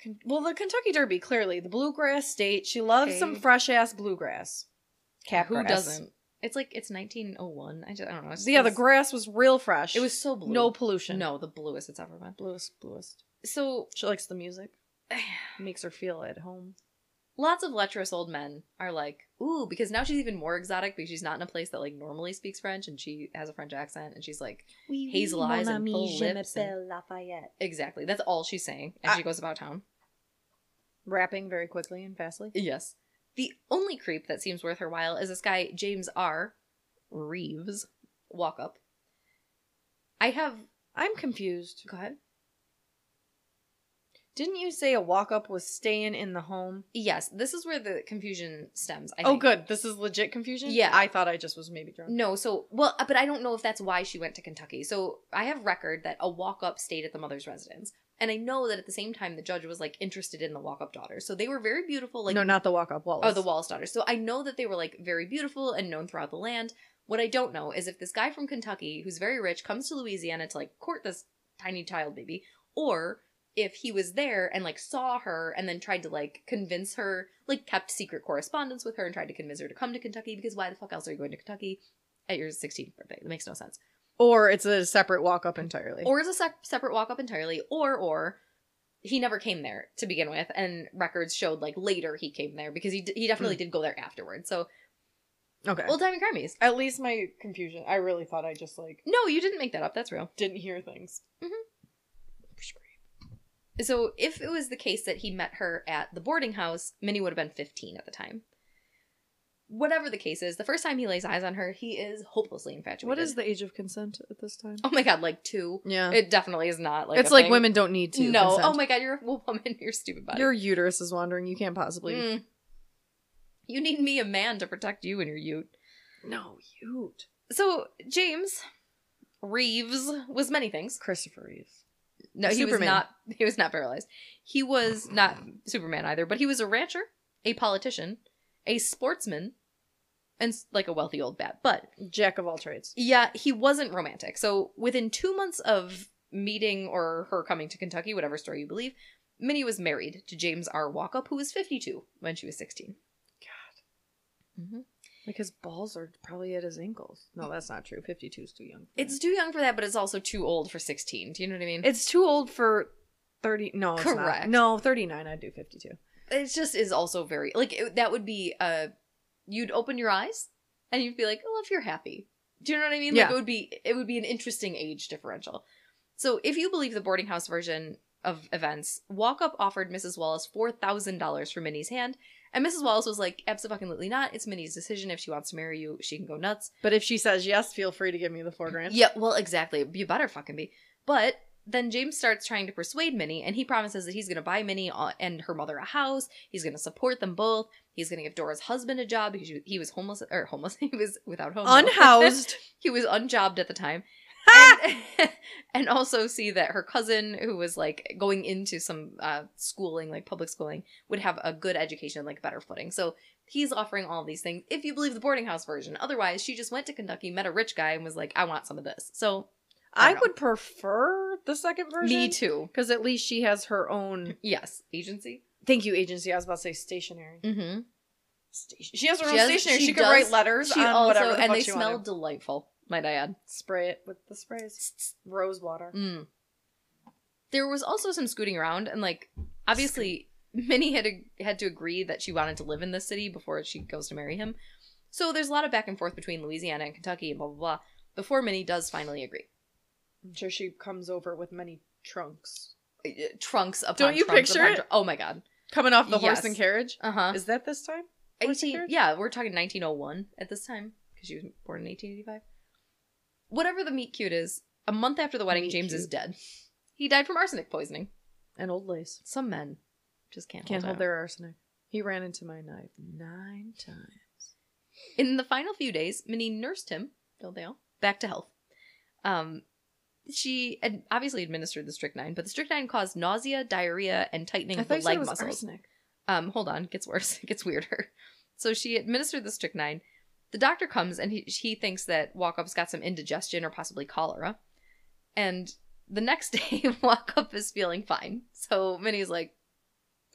S3: Ken- well, the Kentucky Derby, clearly the bluegrass state. She loves
S1: Okay.
S3: some fresh ass bluegrass. Cat
S1: Who
S3: grass.
S1: doesn't? It's like it's 1901. I just I don't know. It's-
S3: Yeah, the
S1: it's-
S3: grass was real fresh.
S1: it was so blue.
S3: no pollution.
S1: no, the bluest it's ever been.
S3: bluest, bluest.
S1: So, [sighs]
S3: She likes the music. Makes her feel at home.
S1: lots of lecherous old men are like, ooh, because now she's even more exotic because she's not in a place that like normally speaks French and she has a French accent and she's like,
S2: Oui,
S1: Hazel
S2: oui,
S1: eyes
S2: mon
S1: and
S2: ami,
S1: full
S2: je
S1: lips
S2: m'appelle
S1: and-
S2: Lafayette.
S1: exactly. That's all she's saying as
S3: I-
S1: she goes about town.
S3: Rapping very quickly and fastly.
S1: Yes. The only creep that seems worth her while is this guy, James R. Reeves. Walk up. I have.
S3: I'm confused.
S1: Go ahead.
S3: Didn't you say a walk up was staying in the home?
S1: Yes, this is where the confusion stems. I
S3: Oh,
S1: think.
S3: good. This is legit confusion.
S1: Yeah.
S3: I thought I just was maybe drunk.
S1: No, so well, uh, but I don't know if that's why she went to Kentucky. So I have record that a walk up stayed at the mother's residence, and I know that at the same time the judge was like interested in the walk up daughter. So they were very beautiful, like
S3: no, not the walk up. Wallace.
S1: oh the Wallace daughter. So I know that they were like very beautiful and known throughout the land. What I don't know is if this guy from Kentucky who's very rich comes to Louisiana to like court this tiny child baby, or if he was there and like saw her and then tried to like convince her, like kept secret correspondence with her and tried to convince her to come to Kentucky because why the fuck else are you going to Kentucky at your 16th birthday? That makes no sense.
S3: Or it's a separate walk up entirely.
S1: Or is a sec- separate walk up entirely, or or he never came there to begin with, and records showed like later he came there because he d- he definitely did go there afterwards. So
S3: okay.
S1: old timey crimeys.
S3: At least my confusion. I really thought I just like
S1: No, you didn't make that up. That's real.
S3: didn't hear things.
S1: So if it was the case that he met her at the boarding house, Minnie would have been 15 at the time. Whatever the case is, the first time he lays eyes on her, he is hopelessly infatuated.
S3: What is the age of consent at this time?
S1: [laughs] Oh my god, like two.
S3: Yeah.
S1: It definitely is not like
S3: it's
S1: a
S3: like
S1: thing.
S3: women don't need to.
S1: No. [laughs]
S3: consent.
S1: Oh my god, Mm. you're a woman. You're stupid body.
S3: Your uterus is wandering. You can't possibly.
S1: Mm. You need me, a man, to protect you and your ute.
S3: No, Ute.
S1: So James Reeves was many things.
S3: Christopher Reeves.
S1: No, he was
S3: Superman.
S1: not. He was not paralyzed. He was not Superman either. But he was a rancher, a politician, a sportsman, and s- like a wealthy old bat. But
S3: Jack of all trades.
S1: Yeah, he wasn't romantic. So within two months of meeting or her coming to Kentucky, whatever story you believe, Minnie was married to James R. Walkup, who was 52 when she was 16. God. hmm
S3: Like his balls are probably at his ankles. No, that's not true. 52 is too young.
S1: It's too young for that, but it's also too old for 16. Do you know what I mean? It,
S3: it's too old for 30. No, it's not.
S1: Correct.
S3: No, 39. I'd do 52.
S1: just is also very, like, it, that would be, uh, you'd open your eyes and you'd be like, oh, if you're happy. Do you know what I mean? Like,
S3: Yeah.
S1: it would be, it would be an interesting age differential. So if you believe the boarding house version of events, Walkup offered Mrs. Wallace four thousand dollars for Minnie's hand, and Mrs. Wallace was like, "Absolutely not. It's Minnie's decision. If she wants to marry you, she can go nuts."
S3: But if she says yes, feel free to give me the four grand.
S1: Yeah, well, exactly. You better fucking be. But then James starts trying to persuade Minnie, and he promises that he's going to buy Minnie a- and her mother a house. He's going to support them both. He's going to give Dora's husband a job because she- he was homeless or homeless. [laughs] He was without home.
S3: [laughs] Unhoused.
S1: he was unjobbed at the time. and, [laughs] and also see that her cousin who was like going into some uh, schooling like public schooling would have a good education like better footing so he's offering all these things if you believe the boarding house version otherwise she just went to kentucky met a rich guy and was like i want some of this so
S3: [laughs] I
S1: know.
S3: would prefer the second version.
S1: me too
S3: Because at least she has
S1: [laughs]
S3: her own.
S1: yes agency
S3: Thank you, agency. I was about to say stationery.
S1: mm-hmm
S3: Sta- She has her own
S1: She has-
S3: stationery.
S1: she
S3: She, could
S1: does-
S3: write letters
S1: she
S3: on
S1: also
S3: whatever the
S1: and
S3: fuck
S1: they
S3: she
S1: smell
S3: wanted.
S1: delightful might i add
S3: Spray it with the sprays.
S1: [laughs]
S3: Rose water.
S1: Mm. There was also some scooting around, and like obviously, [laughs] Minnie had had to agree that she wanted to live in this city before she goes to marry him. So there's a lot of back and forth between Louisiana and Kentucky, and blah blah blah. Before Minnie does finally agree,
S3: I'm sure she comes over with many trunks.
S1: Uh, trunks upon
S3: Don't you
S1: trunks
S3: picture
S1: upon
S3: it?
S1: tr- oh my god,
S3: Coming off the
S1: Yes.
S3: horse and carriage.
S1: uh huh.
S3: Is that this time? What's the
S1: Eighteen,
S3: current?
S1: yeah, we're talking 1901 at this time because she was born in 1885. Whatever the meet cute is, a month after the wedding,
S3: Meet
S1: James is
S3: cute.
S1: dead. He died from arsenic poisoning.
S3: And old lace.
S1: Some men just can't,
S3: Can't
S1: out.
S3: hold their arsenic. He ran into my knife nine times.
S1: In the final few days, Minnie nursed him, don't they all, back to health. Um, she ad- obviously administered the strychnine, but the strychnine caused nausea, diarrhea, and tightening
S3: I
S1: of
S3: thought
S1: the
S3: you said
S1: leg
S3: it was
S1: muscles.
S3: arsenic.
S1: Um, hold on, it gets worse, [laughs] it gets weirder. So she administered the strychnine. The doctor comes and he, he thinks that Walkup's got some indigestion or possibly cholera. And the next [laughs] day, Walkup is feeling fine. So Minnie's like,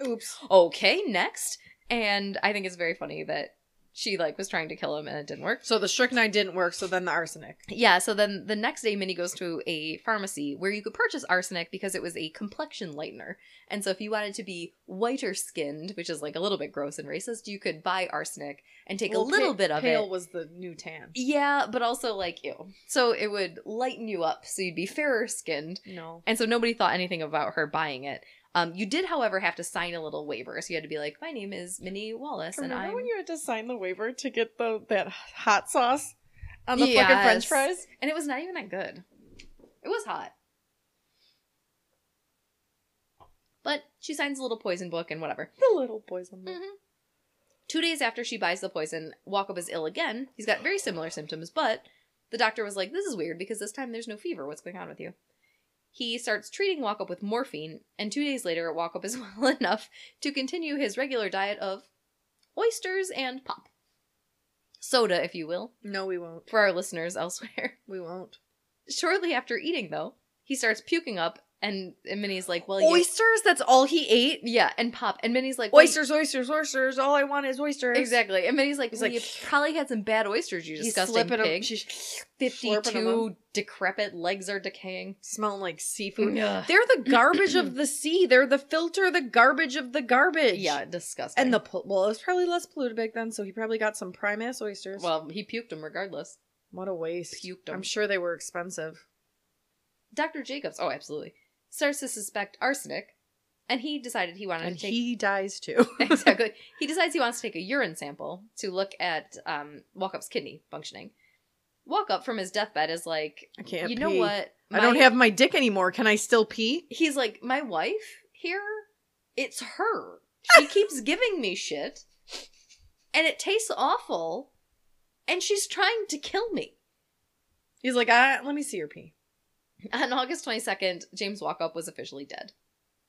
S3: Oops.
S1: okay, next. And I think it's very funny that she like was trying to kill him and it didn't work.
S3: So the strychnine didn't work, so then the arsenic.
S1: Yeah, so then the next day, Minnie goes to a pharmacy where you could purchase arsenic because it was a complexion lightener. And so, if you wanted to be whiter skinned, which is like a little bit gross and racist, you could buy arsenic and take a
S3: Well,
S1: little
S3: pa-
S1: bit of
S3: pale
S1: it.
S3: was the new tan.
S1: Yeah, but also like ew. So, it would lighten you up so you'd be fairer skinned.
S3: No.
S1: And so, nobody thought anything about her buying it. Um, you did, however, have to sign a little waiver. So, you had to be like, My name is Minnie Wallace, and
S3: Remember
S1: I'm.
S3: when you had to sign the waiver to get the that hot sauce on the fucking
S1: Yes.
S3: French fries?
S1: And it was not even that good. It was hot. But she signs a little poison book and whatever.
S3: The little boys on the
S1: Mhm. Two days after she buys the poison, Walkup is ill again. He's got very similar symptoms, but the doctor was like, This is weird because this time there's no fever. What's going on with you? He starts treating Walkup with morphine, and two days later, Walkup is [laughs] well enough to continue his regular diet of oysters and pop. Soda, if you will,
S3: No, we won't.
S1: for our listeners elsewhere.
S3: We won't.
S1: Shortly after eating, though, he starts puking up, and, and Minnie's like, "Well, you-
S3: oysters? That's all he ate?
S1: yeah," and pop, and Minnie's like, well, you-
S3: Oysters, oysters, oysters. All I want is oysters.
S1: exactly." And Minnie's like,
S3: He's
S1: well,
S3: like,
S1: "You probably had some bad oysters, you
S3: He's
S1: disgusting
S3: slipping 'em-
S1: pig."
S3: she's slurping 'em up.
S1: Fifty-two decrepit legs are decaying.
S3: Smelling like seafood.
S1: yeah,
S3: They're
S1: [clears throat]
S3: the garbage of the sea. They're the filter, the garbage of the garbage.
S1: disgusting.
S3: And the pol- well, it was probably less polluted back then, so he probably got some prime ass oysters.
S1: well, he puked them regardless.
S3: what a waste.
S1: Puked 'em.
S3: I'm sure they were expensive.
S1: Doctor Jacobs, oh, absolutely, starts to suspect arsenic, and he decided he wanted
S3: And
S1: to take
S3: he dies
S1: [laughs]
S3: too. [laughs]
S1: exactly. He decides he wants to take a urine sample to look at um, Walkup's kidney functioning. Walkup from his deathbed is like,
S3: I can't.
S1: you know
S3: pee.
S1: what?
S3: I don't
S1: My-
S3: have my dick anymore. Can I still pee?
S1: He's like, my
S3: [laughs]
S1: wife here. It's her. She keeps giving me shit. and it tastes awful, and she's trying to kill me.
S3: He's like, ah, let me see your pee.
S1: On August 22nd, James Walkup was officially dead.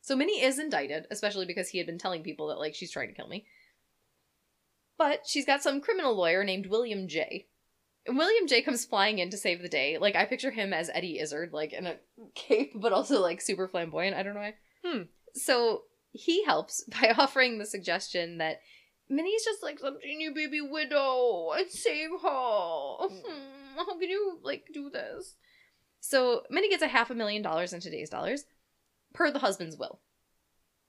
S1: So Minnie is indicted, especially because he had been telling people that, like, she's trying to kill me. But she's got some criminal lawyer named William J. And William J comes flying in to save the day. Like, I picture him as Eddie Izzard, like, in a [laughs] cape, but also, like, super flamboyant. I don't know why.
S3: Hmm.
S1: So he helps [laughs] by offering the suggestion that Minnie's just like some teeny baby widow and save her. Hmm, How can you, like, do this? So Minnie gets a half a million dollars in today's dollars, per the husband's will.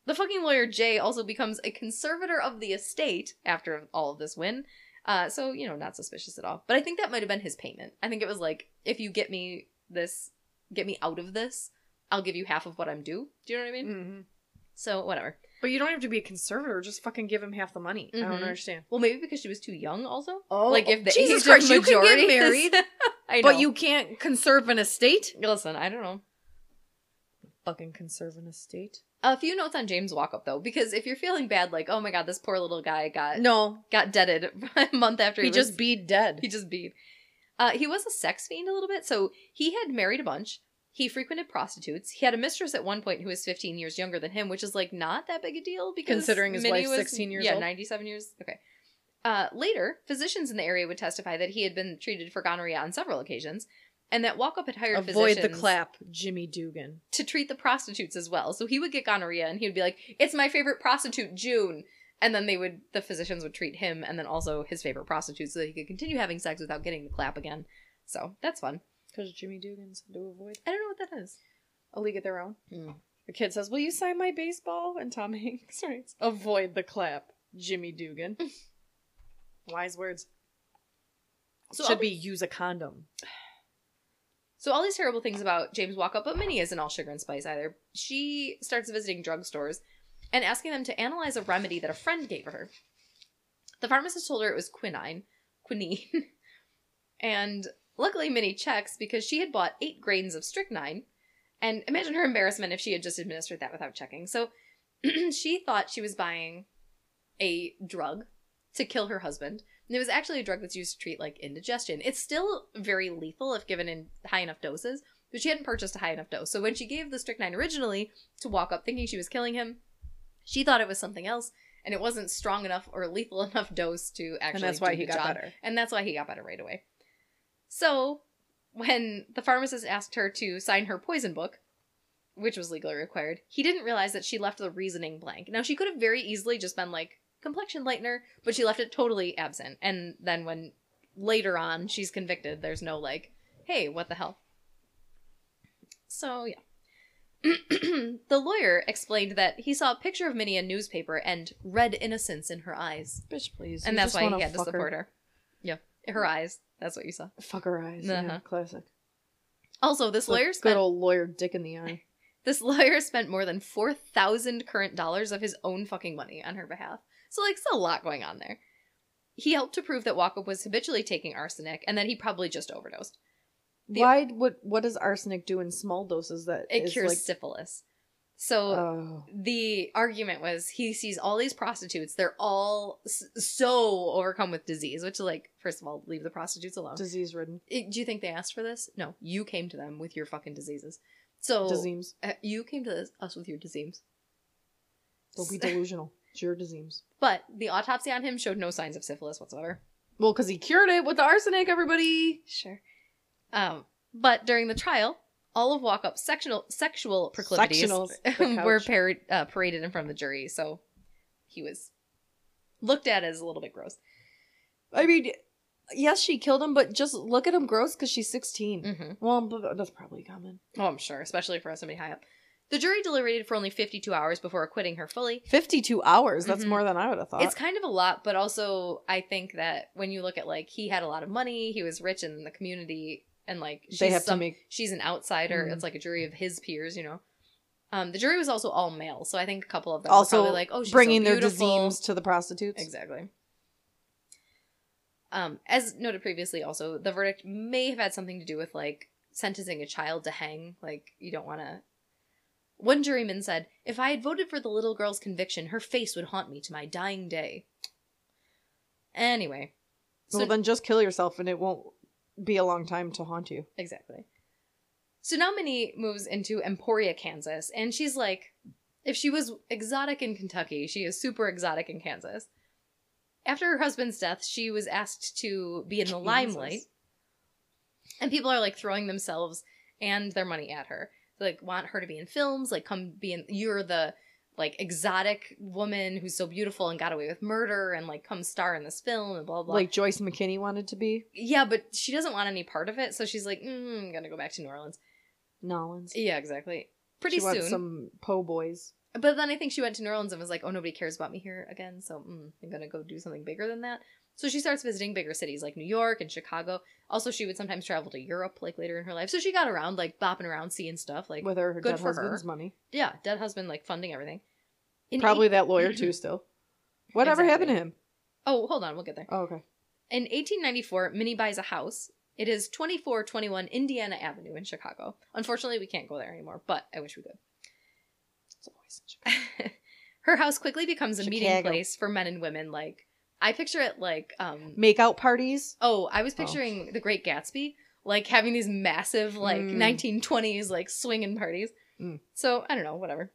S1: The fucking lawyer Jay also becomes a conservator of the estate after all of this win. Uh, so, you know, not suspicious at all. But I think that might have been his payment. I think it was like, if you get me this, get me out of this, I'll give you half of what I'm due. Do you know what I mean?
S3: Mm-hmm.
S1: So, whatever.
S3: But you don't have to be a conservator. Just fucking give him half the money. I
S1: Mhm.
S3: don't understand.
S1: Well, maybe because she was too young, also.
S3: Oh,
S1: like if the
S3: Jesus
S1: age
S3: Christ, you
S1: of
S3: can get
S1: majority is-
S3: married,
S1: [laughs] I know.
S3: But you can't conserve an estate.
S1: listen. I don't know.
S3: Fucking conserve an estate.
S1: A few notes on James Walkup though, because if you're feeling bad, like, oh my god, this poor little guy got
S3: No,
S1: got deaded [laughs] a month after
S3: he
S1: was-
S3: just be dead.
S1: he just beat. Uh, he was a sex fiend a little bit, so he had married a bunch. He frequented prostitutes. He had a mistress at one point who was 15 years younger than him, which is like not that big a deal because
S3: Considering his
S1: Minnie
S3: wife's
S1: was-
S3: 16 years
S1: yeah,
S3: old?
S1: 97 years. Okay. Uh, later, physicians in the area would testify that he had been treated for gonorrhea on several occasions, and that Walkup had hired
S3: Avoid the
S1: physicians
S3: clap, Jimmy Dugan.
S1: to treat the prostitutes as well. So he would get gonorrhea and he would be like, "It's my favorite prostitute, June." And then they would the physicians would treat him and then also his favorite prostitute so that he could continue having sex without getting the clap again. So that's fun.
S3: Because Jimmy Dugan said to avoid
S1: I don't know what that is.
S3: a league of their own.
S1: Mm.
S3: The kid says, Will you sign my baseball? And Tom [laughs] Hanks writes, Avoid the clap, Jimmy Dugan. [laughs] Wise words.
S1: So
S3: Should
S1: I'll-
S3: be use a condom.
S1: So all these terrible things about James Walkup, but Minnie isn't all sugar and spice either. She starts visiting drugstores and asking them to analyze a remedy that a friend gave her. The pharmacist told her it was quinine, quinine, [laughs] and luckily Minnie checks because she had bought eight grains of strychnine. And imagine her embarrassment if she had just administered that without checking. So [clears throat] she thought she was buying a drug to kill her husband. And it was actually a drug that's used to treat like indigestion. It's still very lethal if given in high enough doses, but she hadn't purchased a high enough dose. So when she gave the strychnine originally to walk up thinking she was killing him, she thought it was something else, and it wasn't strong enough or lethal [laughs] enough dose to actually.
S3: and that's why
S1: do
S3: he
S1: the
S3: got
S1: job.
S3: better.
S1: [laughs] And that's why he got better right away. So, when the pharmacist asked her to sign her poison book, which was legally required, he didn't realize that she left the reasoning blank. Now, she could have very easily just been like, complexion lightener, but she left it totally absent. And then when later on she's convicted, there's no like, hey, what the hell? So, yeah. [clears throat] the lawyer explained that he saw a picture of Minnie in a newspaper and read innocence in her eyes
S3: Bitch, please.
S1: and
S3: You
S1: that's
S3: just
S1: why
S3: wanna
S1: he had to
S3: fuck
S1: support her. Yeah, her eyes. That's what you saw.
S3: Fuck her eyes.
S1: Uh-huh.
S3: Yeah, classic.
S1: Also, this
S3: Like
S1: lawyer
S3: Good
S1: spent
S3: old lawyer dick in the eye.
S1: this [laughs] lawyer spent more than four thousand current dollars of his own fucking money on her behalf. So like, it's a lot going on there. He helped to prove that Walkup was habitually taking arsenic, and that he probably just overdosed. The-
S3: why? What? What does arsenic do in small doses? That
S1: It
S3: is
S1: cures
S3: like-
S1: syphilis. So
S3: oh.
S1: the argument was he sees all these prostitutes; they're all s- so overcome with disease. Which, like, first of all, leave the prostitutes alone.
S3: disease ridden.
S1: It- do you think they asked for this? No, you came to them with your fucking diseases. So
S3: Disease.
S1: uh, you came to this, us with your diseases. [laughs]
S3: Don't be delusional. It's your disease.
S1: But the autopsy on him showed no signs of syphilis whatsoever.
S3: Well, because he cured it with the arsenic, everybody.
S1: Sure. Um, but during the trial, all of Walkup's sectional sexual proclivities
S3: Sectionals. The
S1: [laughs] were
S3: couch.
S1: par- uh, paraded in front of the jury, so he was looked at as a little bit gross.
S3: I mean, yes, she killed him, but just look at him gross because she's 16.
S1: Mm-hmm.
S3: Well, but that's probably common.
S1: Oh, I'm sure, especially for somebody high up. The jury deliberated for only 52 hours before acquitting her fully,
S3: 52 hours. That's
S1: Mhm.
S3: more than I would have thought.
S1: It's kind of a lot, but also I think that when you look at like he had a lot of money, he was rich in the community, and like she's
S3: they have
S1: some,
S3: to make.
S1: she's an outsider.
S3: Mm.
S1: It's like a jury of his peers, you know. Um, the jury was also all male, so I think a couple of them
S3: Also
S1: also were probably like, oh, she's
S3: bringing
S1: so
S3: their
S1: beautiful.
S3: disease to the prostitutes.
S1: Exactly. Um, as noted previously, also the verdict may have had something to do with like sentencing a child to hang. Like you don't want to. One juryman said, "If I had voted for the little girl's conviction, her face would haunt me to my dying day." Anyway. So
S3: well, then just kill yourself and it won't be a long time to haunt you.
S1: Exactly. So now Minnie moves into Emporia, Kansas, and she's like, if she was exotic in Kentucky, she is super exotic in Kansas. After her husband's death, she was asked to be in the
S3: Jesus.
S1: limelight, and people are like throwing themselves and their money at her. They, like want her to be in films, like come be in. You're the like exotic woman who's so beautiful and got away with murder, and like come star in this film and blah blah. blah.
S3: Like Joyce McKinney wanted to be.
S1: yeah, but she doesn't want any part of it, so she's like, mm, I'm gonna go back to New Orleans.
S3: Nollins.
S1: Yeah, exactly. Pretty
S3: she
S1: soon.
S3: wants some po' boys.
S1: But then I think she went to New Orleans and was like, oh, nobody cares about me here again, so mm, I'm going to go do something bigger than that. So she starts visiting bigger cities like New York and Chicago. Also, she would sometimes travel to Europe like later in her life. So she got around, like bopping around, seeing stuff. Like,
S3: with her, her
S1: good
S3: dead
S1: for her.
S3: husband's money.
S1: yeah, dead husband, like funding everything. In
S3: Probably
S1: eight-
S3: that lawyer too. Still, whatever
S1: Exactly.
S3: happened to him?
S1: oh, hold on, we'll get there.
S3: Oh, okay.
S1: In 1894, Minnie buys a house. It is 2421 Indiana Avenue in Chicago. Unfortunately, we can't go there anymore, but I wish we could.
S3: It's always such a-
S1: [laughs] her house quickly becomes a meeting
S3: Chicago.
S1: place for men and women. Like, I picture it like um,
S3: Makeout parties.
S1: Oh, I was
S3: Oh.
S1: picturing The Great Gatsby, like having these massive, like
S3: Mm.
S1: 1920s, like swinging parties.
S3: Mm.
S1: So I don't know, whatever.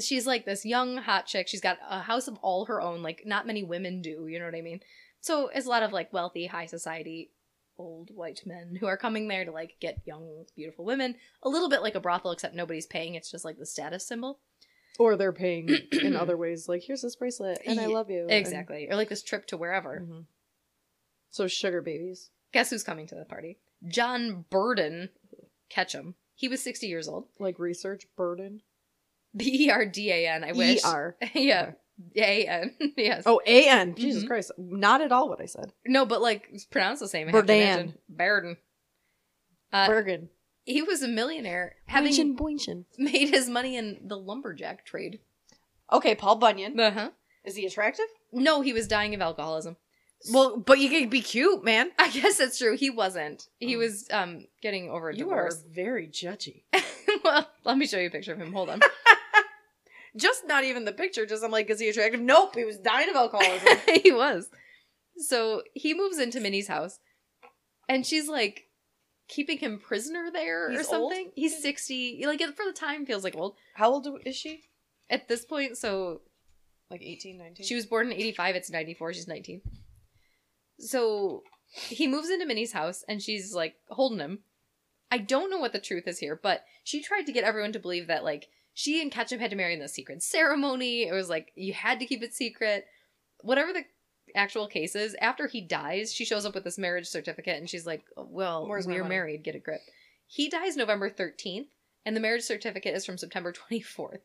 S1: She's like this young hot chick. She's got a house of all her own, like not many women do. You know what I mean? So it's a lot of like wealthy, high society, old white men who are coming there to like get young, beautiful women. A little bit like a brothel, except nobody's paying. It's just like the status symbol.
S3: Or they're [clears throat] paying in other ways, like here's this bracelet, and I
S1: Ye-
S3: love you. and-
S1: Exactly. Or like this trip to wherever.
S3: Mhm. So sugar babies.
S1: Guess who's coming to the party? John Burden Ketchum. He was 60 years old. [laughs]
S3: like research burden.
S1: B E R D A N, I wish.
S3: [laughs] E-R.
S1: [laughs] yeah. A N. [laughs] Yes.
S3: Oh, A-N. Jesus
S1: Mhm.
S3: Christ. Not at all what I said.
S1: No, but like it's pronounced the same. I have to
S3: Burden.
S1: imagine. Burden. Uh,
S3: Bergen.
S1: He was a millionaire, having [laughs]
S3: Boinchin, boinchin.
S1: made his money in the lumberjack trade.
S3: Okay, Paul Bunyan.
S1: Uh huh.
S3: Is he attractive?
S1: No, he was dying of alcoholism. [laughs]
S3: Well, but you can be cute, man.
S1: I guess that's true. He wasn't. He
S3: Oh.
S1: was um getting over a
S3: You are
S1: divorce. [laughs]
S3: very judgy.
S1: well, let me show you a picture of him. Hold on.
S3: [laughs] Just not even the picture. Just I'm like, is he attractive? Nope. He was dying of alcoholism.
S1: [laughs] he was. So he moves into Minnie's house, and she's like keeping him prisoner there or
S3: He's old?
S1: something. He's sixty. Like it- for the time, feels like old
S3: How old is she?
S1: at this point. So
S3: Like 18, 19?
S1: she was born in eighty five. It's ninety four. She's nineteen. So he moves into Minnie's house, and she's like holding him. I don't know what the truth is here, but she tried to get everyone to believe that like she and Ketchum had to marry in the secret ceremony. It was like you had to keep it secret. Whatever the actual case is, after he dies, she shows up with this marriage certificate and she's like, "Oh, "Well,
S3: Where's my
S1: we're
S3: money?"
S1: married. Get a grip." He dies November thirteenth, and the marriage certificate is from September twenty fourth.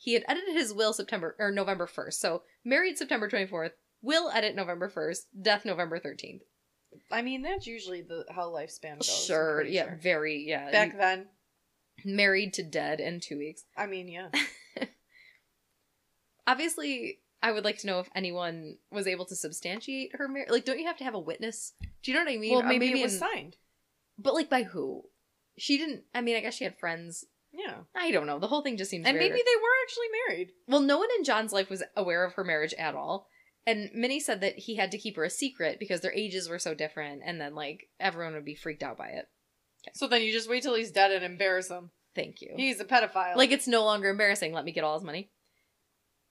S1: He had edited his will September or November first, so married September twenty fourth. Will edit November first, death November thirteenth.
S3: I mean, that's usually the how lifespan goes. I'm
S1: Sure,
S3: pretty
S1: yeah,
S3: sure.
S1: very, yeah.
S3: Back then,
S1: married to dead in two weeks.
S3: I mean, yeah.
S1: obviously i would like to know if anyone was able to substantiate her marriage like don't you have to have a witness do you know what i mean
S3: well,
S1: Or
S3: maybe, it was
S1: in-
S3: signed.
S1: but like by who she didn't i mean i guess she had friends
S3: Yeah.
S1: i don't know the whole thing just seems
S3: And
S1: very-
S3: maybe they were actually married.
S1: well no one in john's life was aware of her marriage at all and minnie said that he had to keep her a secret because their ages were so different and then like everyone would be freaked out by it
S3: So then you just wait till he's dead and embarrass him.
S1: thank you
S3: He's a pedophile.
S1: Like it's no longer embarrassing. Let me get all his money.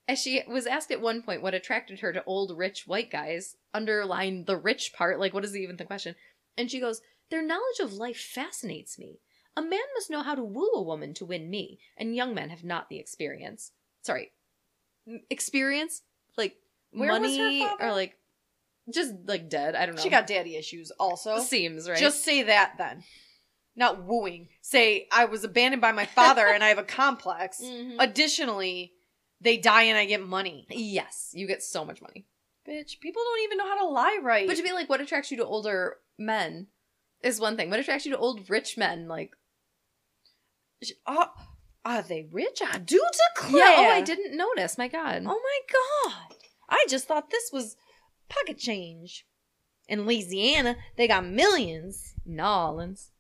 S1: As she was asked at one point what attracted her to old rich white guys, underline the rich part, like what is even the question? And she goes, Their knowledge of life fascinates me. A man must know how to woo a woman to win me, and young men have not the experience. Sorry. m- Experience? Like
S3: Where was her
S1: money
S3: father?
S1: or like just like dead. I don't know.
S3: she got daddy issues also.
S1: seems, right?
S3: Just say that then. Not wooing. Say I was abandoned [laughs] by my father and I have a complex.
S1: Mhm.
S3: Additionally, they die and I get money.
S1: Yes, you get so much money.
S3: Bitch, people don't even know how to lie right.
S1: But to be like, what attracts you to older men is one thing. What attracts you to old rich men? Like,
S3: oh, are they rich? I do declare.
S1: yeah, oh, I didn't notice. My God.
S3: Oh my god. I just thought this was pocket change. In Louisiana, they got millions.
S1: Nolans.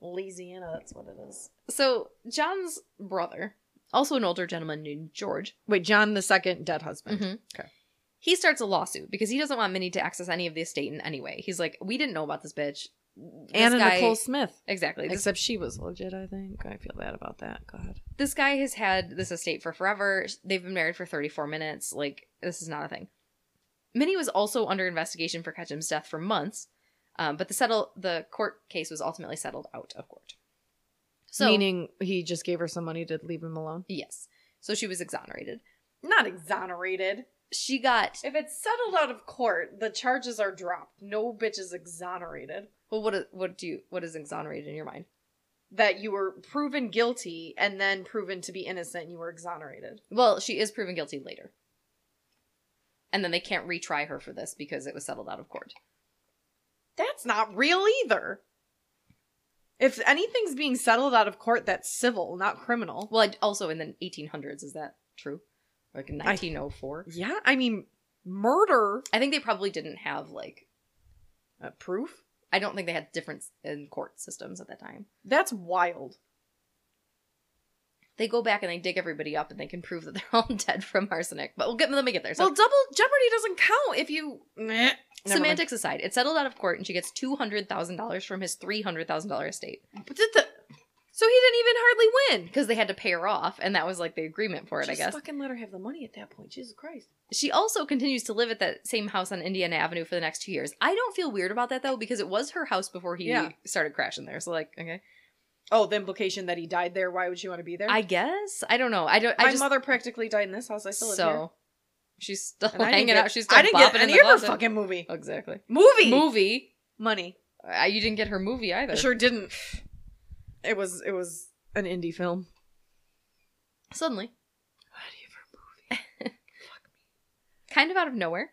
S3: Louisiana, that's what it is.
S1: So, John's brother, also an older gentleman named George,
S3: Wait, John the second dead husband.
S1: mhm,
S3: Mm-hmm. Okay.
S1: He starts a lawsuit because he doesn't want Minnie to access any of the estate in any way. He's like, we didn't know about this bitch. This
S3: Anna
S1: guy-
S3: Nicole Smith.
S1: Exactly. This,
S3: Except she was legit, I think. I feel bad about that. God.
S1: this guy has had this estate for forever. They've been married for 34 minutes. Like, this is not a thing. Minnie was also under investigation for Ketchum's death for months, um, but the settle the court case was ultimately settled out of court. So
S3: Meaning he just gave her some money to leave him alone.
S1: yes, so she was exonerated.
S3: Not exonerated.
S1: She got
S3: If it's settled out of court, the charges are dropped. No bitch is exonerated.
S1: well. What what do you what is exonerated in your mind?
S3: That you were proven guilty and then proven to be innocent, you were exonerated.
S1: Well, she is proven guilty later. And then they can't retry her for this because it was settled out of court.
S3: That's not real either. If anything's being settled out of court, that's civil, not criminal.
S1: Well, and also in the 1800s, is that true? Like in 1904?
S3: Yeah, I mean, murder.
S1: I, think they probably didn't have, like,
S3: Uh, proof?
S1: I don't think they had difference in court systems at that time.
S3: That's wild.
S1: They go back and they dig everybody up and they can prove that they're [laughs] all dead from arsenic. But we'll get, let me get there. So,
S3: well, double jeopardy doesn't count if you. Meh. Never mind.
S1: semantics aside, it's settled out of court and she gets $200,000 from his $300,000 estate
S3: But did the- So he didn't even hardly win.
S1: because they had to pay her off and that was, like, the agreement for it, I
S3: Just
S1: guess.
S3: Fucking let her have the money at that point. Jesus Christ.
S1: She also continues to live at that same house on Indiana Avenue for the next two years. I don't feel weird about that though, because it was her house before he
S3: Yeah.
S1: started crashing there. So like, okay,
S3: Oh, the implication that he died there. Why would she want to be there?
S1: I guess I don't know. I don't.
S3: My
S1: I just
S3: mother practically died in this house. I still live here.
S1: so she's still
S3: And I didn't
S1: hanging
S3: get-
S1: out. She's still
S3: I didn't
S1: bopping
S3: get any
S1: in the
S3: of her
S1: closet.
S3: fucking movie. [laughs]
S1: exactly
S3: Movie.
S1: movie.
S3: Money.
S1: Uh, you didn't get her movie either.
S3: I sure didn't. It was it was an indie film.
S1: Suddenly, kind of out of nowhere,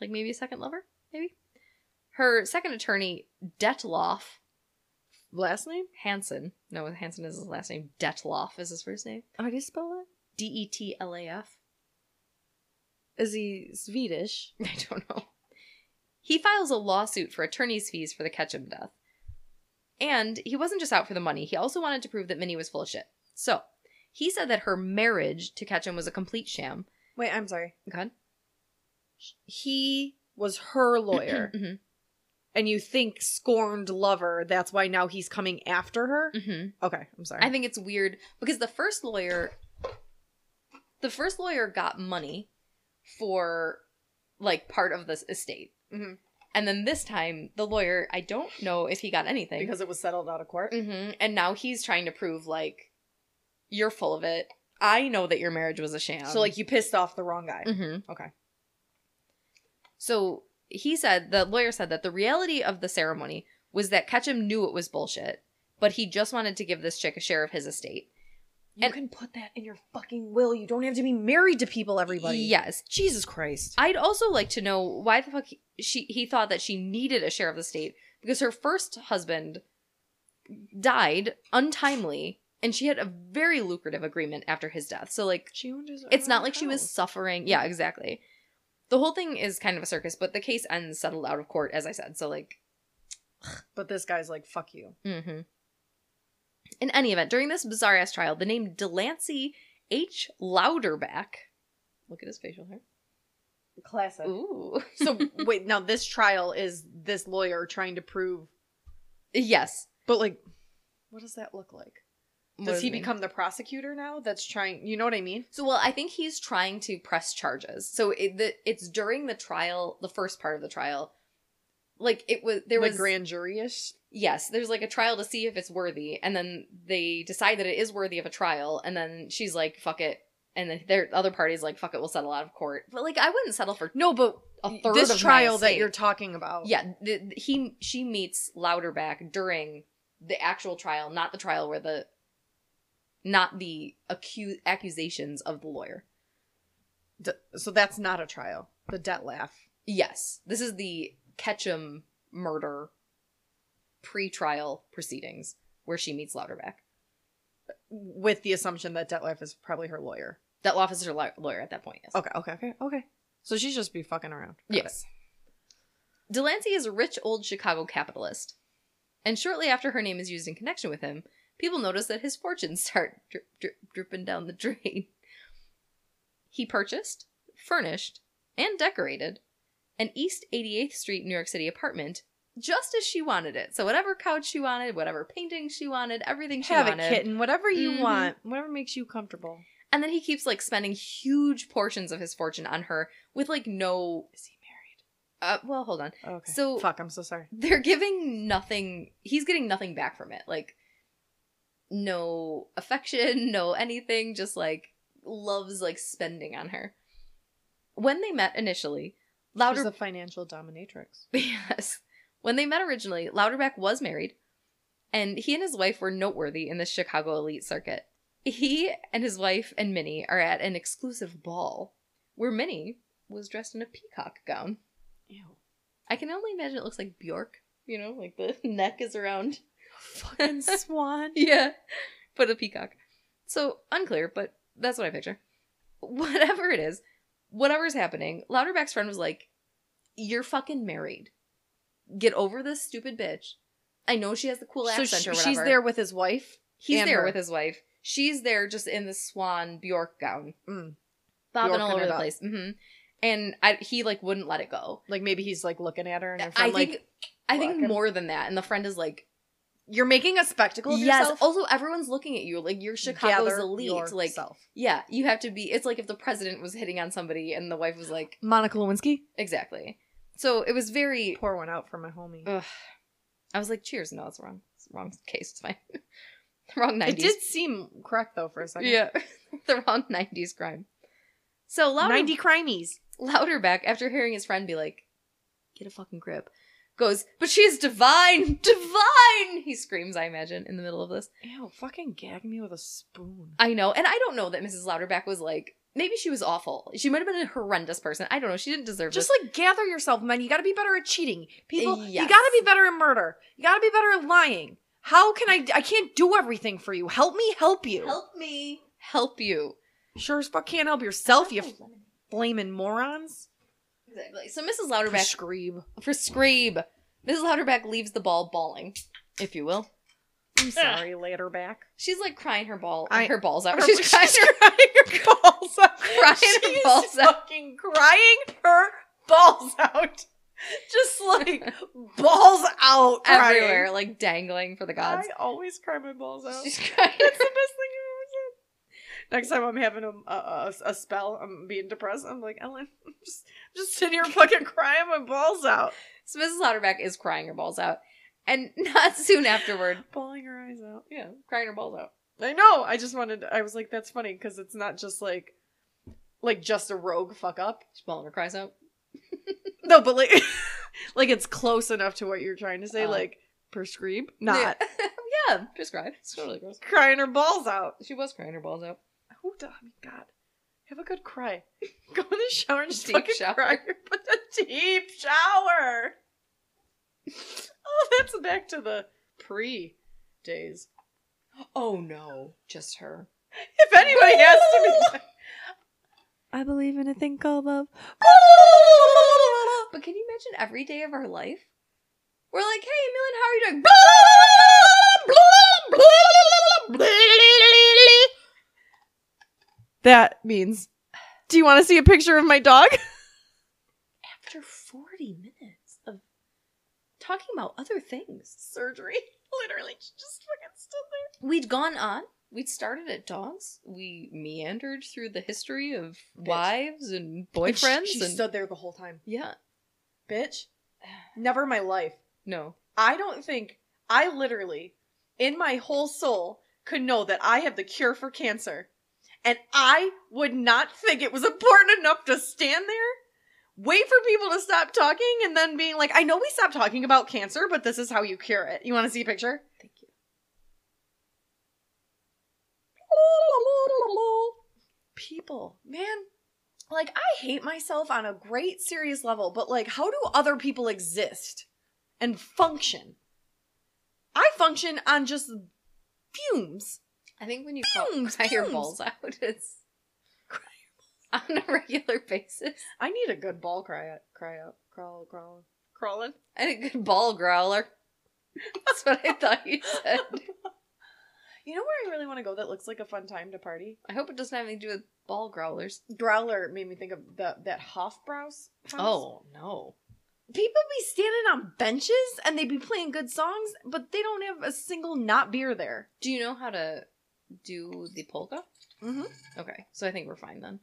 S1: like maybe a second lover, maybe her second attorney Detloff
S3: Last name?
S1: Hansen. No, Hansen is his last name. Detloff is his first name.
S3: How do you spell it?
S1: D E T L A F.
S3: Is he Swedish?
S1: [laughs] I don't know. He files a lawsuit for attorney's fees for the Ketchum death. And he wasn't just out for the money, he also wanted to prove that Minnie was full of shit. So, he said that her marriage to Ketchum was a complete sham.
S3: Wait, I'm sorry.
S1: Go ahead.
S3: He was her
S1: [clears throat]
S3: lawyer,
S1: Mhm,
S3: and you think scorned lover. That's why now he's coming after her.
S1: mhm.
S3: Okay, I'm sorry.
S1: I think it's weird because the first lawyer the first lawyer got money for like part of this estate.
S3: Mhm.
S1: And then this time the lawyer, I don't know if he got anything.
S3: because it was settled out of court.
S1: hmm And now he's trying to prove like you're full of it. I know that your marriage was a sham.
S3: so like you pissed off the wrong guy.
S1: Mhm.
S3: Okay.
S1: So he said the lawyer said that the reality of the ceremony was that Ketchum knew it was bullshit, but he just wanted to give this chick a share of his estate.
S3: You
S1: And-
S3: can put that in your fucking will. You don't have to be married to people. Everybody.
S1: Yes.
S3: Jesus Christ.
S1: I'd also like to know why the fuck he- she he thought that she needed a share of the state because her first husband died untimely and she had a very lucrative agreement after his death. So like
S3: She owned his.
S1: It's not
S3: own
S1: like she was
S3: house.
S1: suffering. Yeah, exactly. The whole thing is kind of a circus, but the case ends settled out of court, as I said. So, like,
S3: But this guy's like, fuck you.
S1: mm-hmm. in any event, during this bizarre ass trial, the name Delancey H. Louderback. Look at his facial hair.
S3: Classic.
S1: Ooh.
S3: [laughs] So wait, now this trial is this lawyer trying to prove,
S1: Yes.
S3: but like, what does that look like?
S1: What
S3: Does
S1: it
S3: he
S1: mean?
S3: become the prosecutor now? That's trying. You know what I mean?
S1: So, well, I think he's trying to press charges. So it, the, it's during the trial, the first part of the trial. Like it was, there
S3: like
S1: was
S3: grand juryish.
S1: yes, there's like a trial to see if it's worthy, and then they decide that it is worthy of a trial, and then she's like, "Fuck it," and then their other party's like, "Fuck it, we'll settle out of court." But like, I wouldn't settle for
S3: No, but
S1: a third of
S3: this
S1: my
S3: trial that
S1: estate.
S3: you're talking about.
S1: yeah. th th- he she meets Louderback during the actual trial, not the trial where the not the accu- accusations of the lawyer.
S3: D- so that's not a trial. The debt laugh.
S1: Yes, this is the Ketchum murder pre-trial proceedings where she meets Louderback.
S3: With the assumption that Detlef is probably her lawyer.
S1: That law is her law- lawyer at that point. Yes.
S3: Okay, okay, okay, okay. So she's just be fucking around. Got it.
S1: Yes. Delancey is a rich old Chicago capitalist. And shortly after her name is used in connection with him, people notice that his fortunes [laughs] start drip, drip, dripping down the drain. He purchased, furnished, and decorated an East 88th Street, New York City apartment just as she wanted it. So whatever couch she wanted, whatever painting she wanted, everything she
S3: Have it,
S1: wanted.
S3: kitten. Whatever you
S1: Mhm.
S3: want, whatever makes you comfortable.
S1: And then he keeps like spending huge portions of his fortune on her with like no
S3: Is he married?
S1: uh, well, hold on.
S3: Okay.
S1: So-
S3: fuck. I'm so sorry.
S1: They're giving nothing. He's getting nothing back from it. Like no affection, [laughs] no anything, just like loves like spending on her. When they met initially, Louder
S3: She's a financial dominatrix.
S1: [laughs] Yes. When they met originally, Louderback was married, and he and his wife were noteworthy in the Chicago elite circuit. He and his wife and Minnie are at an exclusive ball where Minnie was dressed in a peacock gown.
S3: Ew.
S1: I can only imagine it looks like Bjork, you know, like the [laughs] neck is around. [laughs]
S3: Fucking swan.
S1: Yeah, but a peacock. So unclear, but that's what I picture. [laughs] Whatever it is, whatever's happening, Louderback's friend was like, You're fucking married. Get over this stupid bitch. I know she has the cool
S3: so
S1: accent
S3: sh-
S1: or whatever.
S3: she's there with his wife.
S1: He's
S3: and
S1: there
S3: her.
S1: with his wife. She's there just in the swan Bjork gown,
S3: Mm.
S1: bobbing all
S3: Bjorking
S1: over
S3: it
S1: the
S3: up.
S1: place. hmm And I, he like wouldn't let it go.
S3: Like maybe he's like looking at her and her
S1: I
S3: friend
S1: think,
S3: like
S1: I think
S3: "Fucking-"
S1: more than that. And the friend is like,
S3: you're making a spectacle of
S1: Yes.
S3: yourself.
S1: Also, everyone's looking at you like you're Chicago's
S3: Gather
S1: elite. Like
S3: yourself.
S1: Yeah, you have to be. It's like if the president was hitting on somebody and the wife was like,
S3: Monica Lewinsky.
S1: exactly. So it was very.
S3: Pour one out for my homie.
S1: Ugh. I was like, cheers. No, it's wrong. It's the wrong case. It's fine. [laughs] the wrong 90s.
S3: It did seem correct though for a second.
S1: Yeah. [laughs] the wrong 90s crime. So Louder,
S3: Ninety crimies.
S1: Louderback, after hearing his friend be like, get a fucking grip, goes, but she is divine! [laughs] Divine! He screams, I imagine, in the middle of this.
S3: Ew! Fucking gag me with a spoon.
S1: I know. And I don't know that Mrs. Louderback was like, maybe she was awful. She might have been a horrendous person. I don't know. She didn't deserve this.
S3: Just like gather yourself, man. You got to be better at cheating. People,
S1: Yes.
S3: you got to be better at murder. You got to be better at lying. How can I? I can't do everything for you. Help me, help you.
S1: Help me. Help you.
S3: Sure as fuck can't help yourself. You flaming morons.
S1: Exactly. So Mrs. Louderback
S3: Prescribe.
S1: prescribe. Mrs. Louderback leaves the ball bawling, if you will.
S3: I'm sorry, later back.
S1: She's like crying her ball
S3: I-
S1: her balls out.
S3: Or [laughs]
S1: She's crying her
S3: her balls out.
S1: Crying her
S3: [laughs] She's
S1: balls out.
S3: fucking crying her balls out. Just [laughs] like balls out crying.
S1: everywhere, like dangling for the gods.
S3: I always cry my balls out.
S1: She's crying.
S3: [laughs] That's the best thing you ever said. Next time I'm having a, a, a- a spell, I'm being depressed. I'm like Ellen, [laughs] I'm just I'm just sitting here fucking crying my balls out,
S1: So Mrs. Louderback is crying her balls out. And [laughs] not soon afterward.
S3: bawling her eyes out.
S1: Yeah, crying her balls out.
S3: I know. I just wanted. I was like, that's funny because it's not just like, like just a rogue fuck up.
S1: She's bawling her cries out.
S3: No, but like, [laughs] like it's close enough to what you're trying to say.
S1: Oh.
S3: like, prescribe, not [laughs]
S1: Yeah, [laughs] yeah prescribe. It's totally gross.
S3: crying her balls out.
S1: She was crying her balls out.
S3: Who? do- I mean, God, have a good cry. [laughs] Go in the shower and just
S1: Deep
S3: fucking [laughs]
S1: shower.
S3: cry. But the deep shower. [laughs] Oh, that's back to the pre days.
S1: Oh no. Just her.
S3: If anybody has to be. [laughs] I believe in a thing called love.
S1: [gasps] But can you imagine every day of our life? We're like, hey, Millen, how are you doing? [laughs]
S3: That means. Do you want to see a picture of my dog?
S1: After 40 minutes of talking about other things,
S3: [laughs] Surgery. Literally, she just fucking stood there.
S1: we'd gone on. We'd started at dogs. We meandered through the history of wives and boyfriends.
S3: She,
S1: and
S3: stood there the whole time.
S1: yeah,
S3: Bitch. Never in my life.
S1: no.
S3: I don't think I literally, in my whole soul, could know that I have the cure for cancer. And I would not think it was [laughs] important enough to stand there, wait for people to stop talking, and then being like, I know we stopped talking about cancer, but this is how you cure it. You want to see a picture?
S1: Thank you.
S3: People, man. Like, I hate myself on a great, serious level, but like, how do other people exist and function? I function on just fumes.
S1: I think when you
S3: Fumes,
S1: call [laughs] cry your
S3: fumes.
S1: balls out, it's
S3: Cry
S1: on a regular basis.
S3: I need a good ball cry out, cry out, crawl, crawl, crawling.
S1: [laughs] And a good ball growler. That's what I thought you said.
S3: You know where I really want to go that looks like a fun time to party?
S1: I hope it doesn't have anything to do with ball growlers.
S3: Growler made me think of the that Hofbrau's. house.
S1: Oh no.
S3: People be standing on benches and they be playing good songs, but they don't have a single not beer there.
S1: Do you know how to do the polka?
S3: Mm-hmm.
S1: Okay, so I think we're fine then.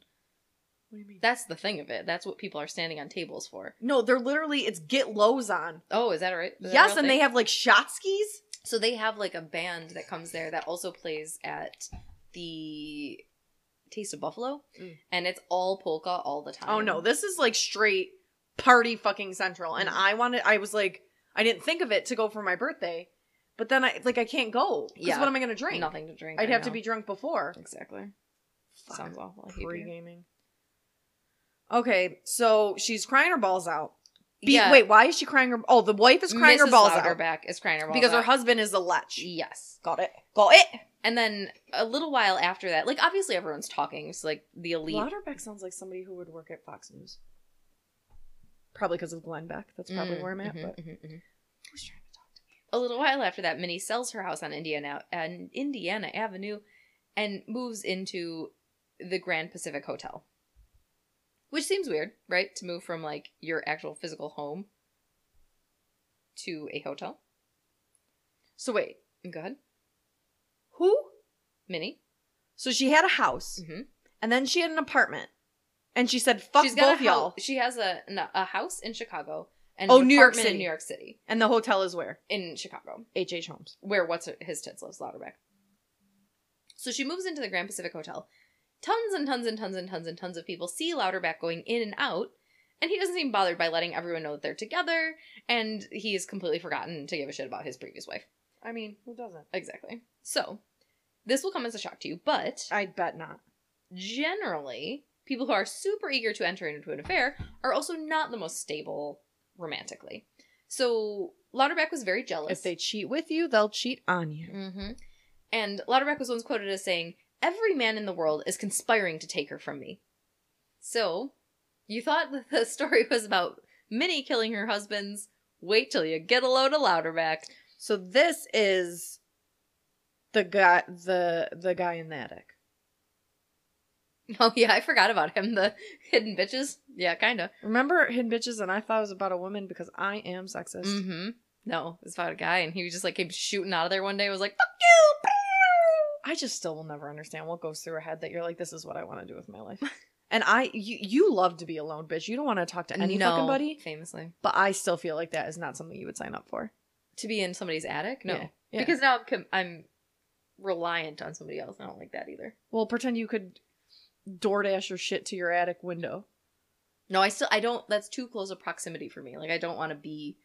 S3: What do you mean?
S1: That's the thing of it. That's what people are standing on tables for.
S3: no, they're literally it's get lows on.
S1: Oh, is that right? Is that a
S3: yes,
S1: real
S3: and they
S1: thing?
S3: have like shot skis.
S1: so they have like a band that comes there that also plays at the Taste of Buffalo,
S3: Mm.
S1: and it's all polka all the time.
S3: Oh no, this is like straight party fucking central. And
S1: Mhm.
S3: I wanted I was like I didn't think of it to go for my birthday, but then I like I can't go. Because
S1: Yeah.
S3: what am I gonna drink?
S1: nothing to drink.
S3: I'd
S1: I
S3: have to
S1: know.
S3: be drunk before.
S1: exactly.
S3: Fuck.
S1: Sounds awful. I hate
S3: Free
S1: beer.
S3: gaming. Okay, so she's crying her balls out. Be-
S1: yeah,
S3: Wait, why is she crying her? Oh, the wife is crying her
S1: Mrs.
S3: balls out
S1: Louderback is crying her balls
S3: because her
S1: out.
S3: husband is a lech.
S1: Yes.
S3: Got it. Got it.
S1: And then a little while after that, like obviously everyone's talking, so like the elite.
S3: Louderbeck sounds like somebody who would work at Fox News. Probably because of Glenn Beck. That's probably
S1: Mm,
S3: where I'm at.
S1: mhm,
S3: But
S1: mhm, mhm.
S3: who's trying to talk to me?
S1: A little while after that, Minnie sells her house on Indiana and Indiana Avenue, and moves into the Grand Pacific Hotel, which seems weird, right? To move from like your actual physical home to a hotel.
S3: So wait,
S1: Go ahead,
S3: who?
S1: Minnie.
S3: So she had a house,
S1: Mhm.
S3: and then she had an apartment, and she said, "Fuck
S1: She's got
S3: both
S1: a
S3: y'all."
S1: house. She has a an- a house in Chicago and
S3: Oh,
S1: an
S3: New York
S1: apartment
S3: City.
S1: in New York City,
S3: And the hotel is where
S1: in Chicago.
S3: H. H. Holmes.
S1: where what's her, his tits lives, Lauderback. So she moves into the Grand Pacific Hotel. Tons and tons and tons and tons and tons of people see Lauderback going in and out, and he doesn't seem bothered by letting everyone know that they're together, and he has completely forgotten to give a shit about his previous wife.
S3: I mean, who doesn't?
S1: Exactly. So, this will come as a shock to you, but
S3: I bet not.
S1: generally, people who are super eager to enter into an affair are also not the most stable romantically. So, Lauderback was very jealous.
S3: If they cheat with you, they'll cheat on you.
S1: Mm-hmm. And Lauderback was once quoted as saying, Every man in the world is conspiring to take her from me. So, you thought that the [laughs] story was about Minnie killing her husbands. Wait till you get a load of Lauderback.
S3: So this is the guy, the the guy in the attic.
S1: [laughs] Oh, yeah, I forgot about him. The [laughs] hidden bitches. Yeah, kind of.
S3: Remember hidden bitches, and I thought it was about a woman because I am sexist.
S1: Mm hmm. No, it was about a guy, and he just like came shooting out of there one day. Was like, "Fuck you!" pow!"
S3: I just still will never understand what goes through a head that you're like, this is what I want to do with
S1: [laughs]
S3: my life. and I, you, you love to be alone, bitch. You don't want to talk to any
S1: No,
S3: fucking buddy.
S1: famously,
S3: But I still feel like that is not something you would sign up for.
S1: to be in somebody's attic. No,
S3: Yeah. Yeah.
S1: because now I'm, com- I'm reliant on somebody else. I don't like that either.
S3: well, pretend you could DoorDash your shit to your attic window.
S1: No, I still I don't. That's too close a proximity for me. Like I don't want to be.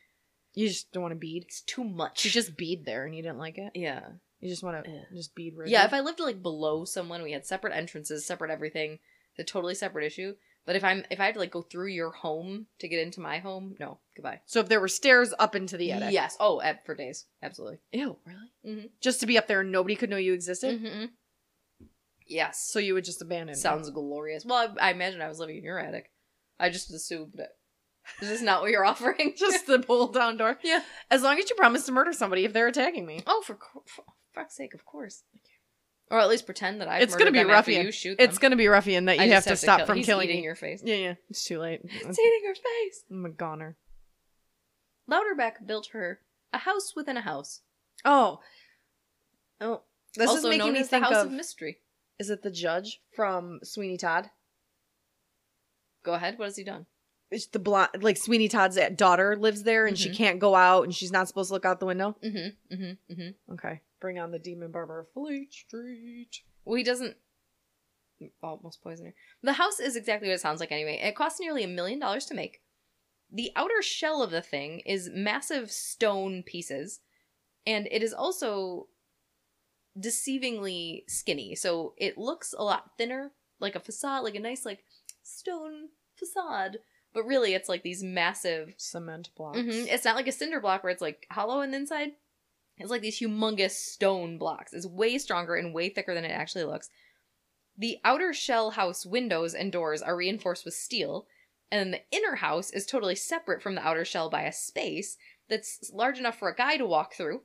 S3: You just don't want to bead.
S1: It's too much.
S3: You just bead there, and you didn't like it.
S1: yeah
S3: You just want to
S1: Yeah.
S3: just bead. Rigid.
S1: yeah. If I lived like below someone, we had separate entrances, separate everything. It's a totally separate issue. But if I'm if I had to like go through your home to get into my home, no, goodbye.
S3: so if there were stairs up into the attic.
S1: Yes. Oh, ab- for days, absolutely.
S3: Ew, really?
S1: Mhm.
S3: Just to be up there and nobody could know you existed.
S1: Mhm. Yes.
S3: So you would just abandon.
S1: [laughs]
S3: it.
S1: Sounds glorious. Well, I, I imagine I was living in your attic. I just assumed it. Is this not what you're [laughs]
S3: [laughs]
S1: offering?
S3: just the pull down door.
S1: Yeah.
S3: As long as you promise to murder somebody if they're attacking me.
S1: Oh, for, cr- for fuck's sake, of course. Or at least pretend that I.
S3: It's gonna be ruffian.
S1: You shoot them.
S3: It's gonna be ruffian that you
S1: I
S3: have
S1: just
S3: to, stop
S1: kill-
S3: from
S1: he's
S3: killing
S1: eating
S3: you.
S1: your face.
S3: Yeah, yeah. It's too late.
S1: It's eating her face.
S3: I'm a goner.
S1: Louderback built her a house within a house.
S3: Oh. Oh. This
S1: also
S3: is making
S1: known
S3: me
S1: as
S3: think
S1: the House
S3: of,
S1: of, Mystery.
S3: is it the judge from Sweeney Todd?
S1: Go ahead. What has he done?
S3: It's the blonde, like Sweeney Todd's daughter lives there and she
S1: Mhm.
S3: can't go out and she's not supposed to look out the window.
S1: Mm-hmm. Mm-hmm. Mm-hmm.
S3: Okay. Bring on the demon barber of Fleet Street.
S1: Well, he doesn't. Almost poison her. The house is exactly what it sounds like anyway. It costs nearly a million dollars to make. The outer shell of the thing is massive stone pieces, and it is also deceivingly skinny. So it looks a lot thinner, like a facade, like a nice, like, stone facade. But really, it's like these massive
S3: Cement blocks.
S1: Mhm. It's not like a cinder block where it's like hollow on the inside. It's like these humongous stone blocks. It's way stronger and way thicker than it actually looks. The outer shell house windows and doors are reinforced with steel, and the inner house is totally separate from the outer shell by a space that's large enough for a guy to walk through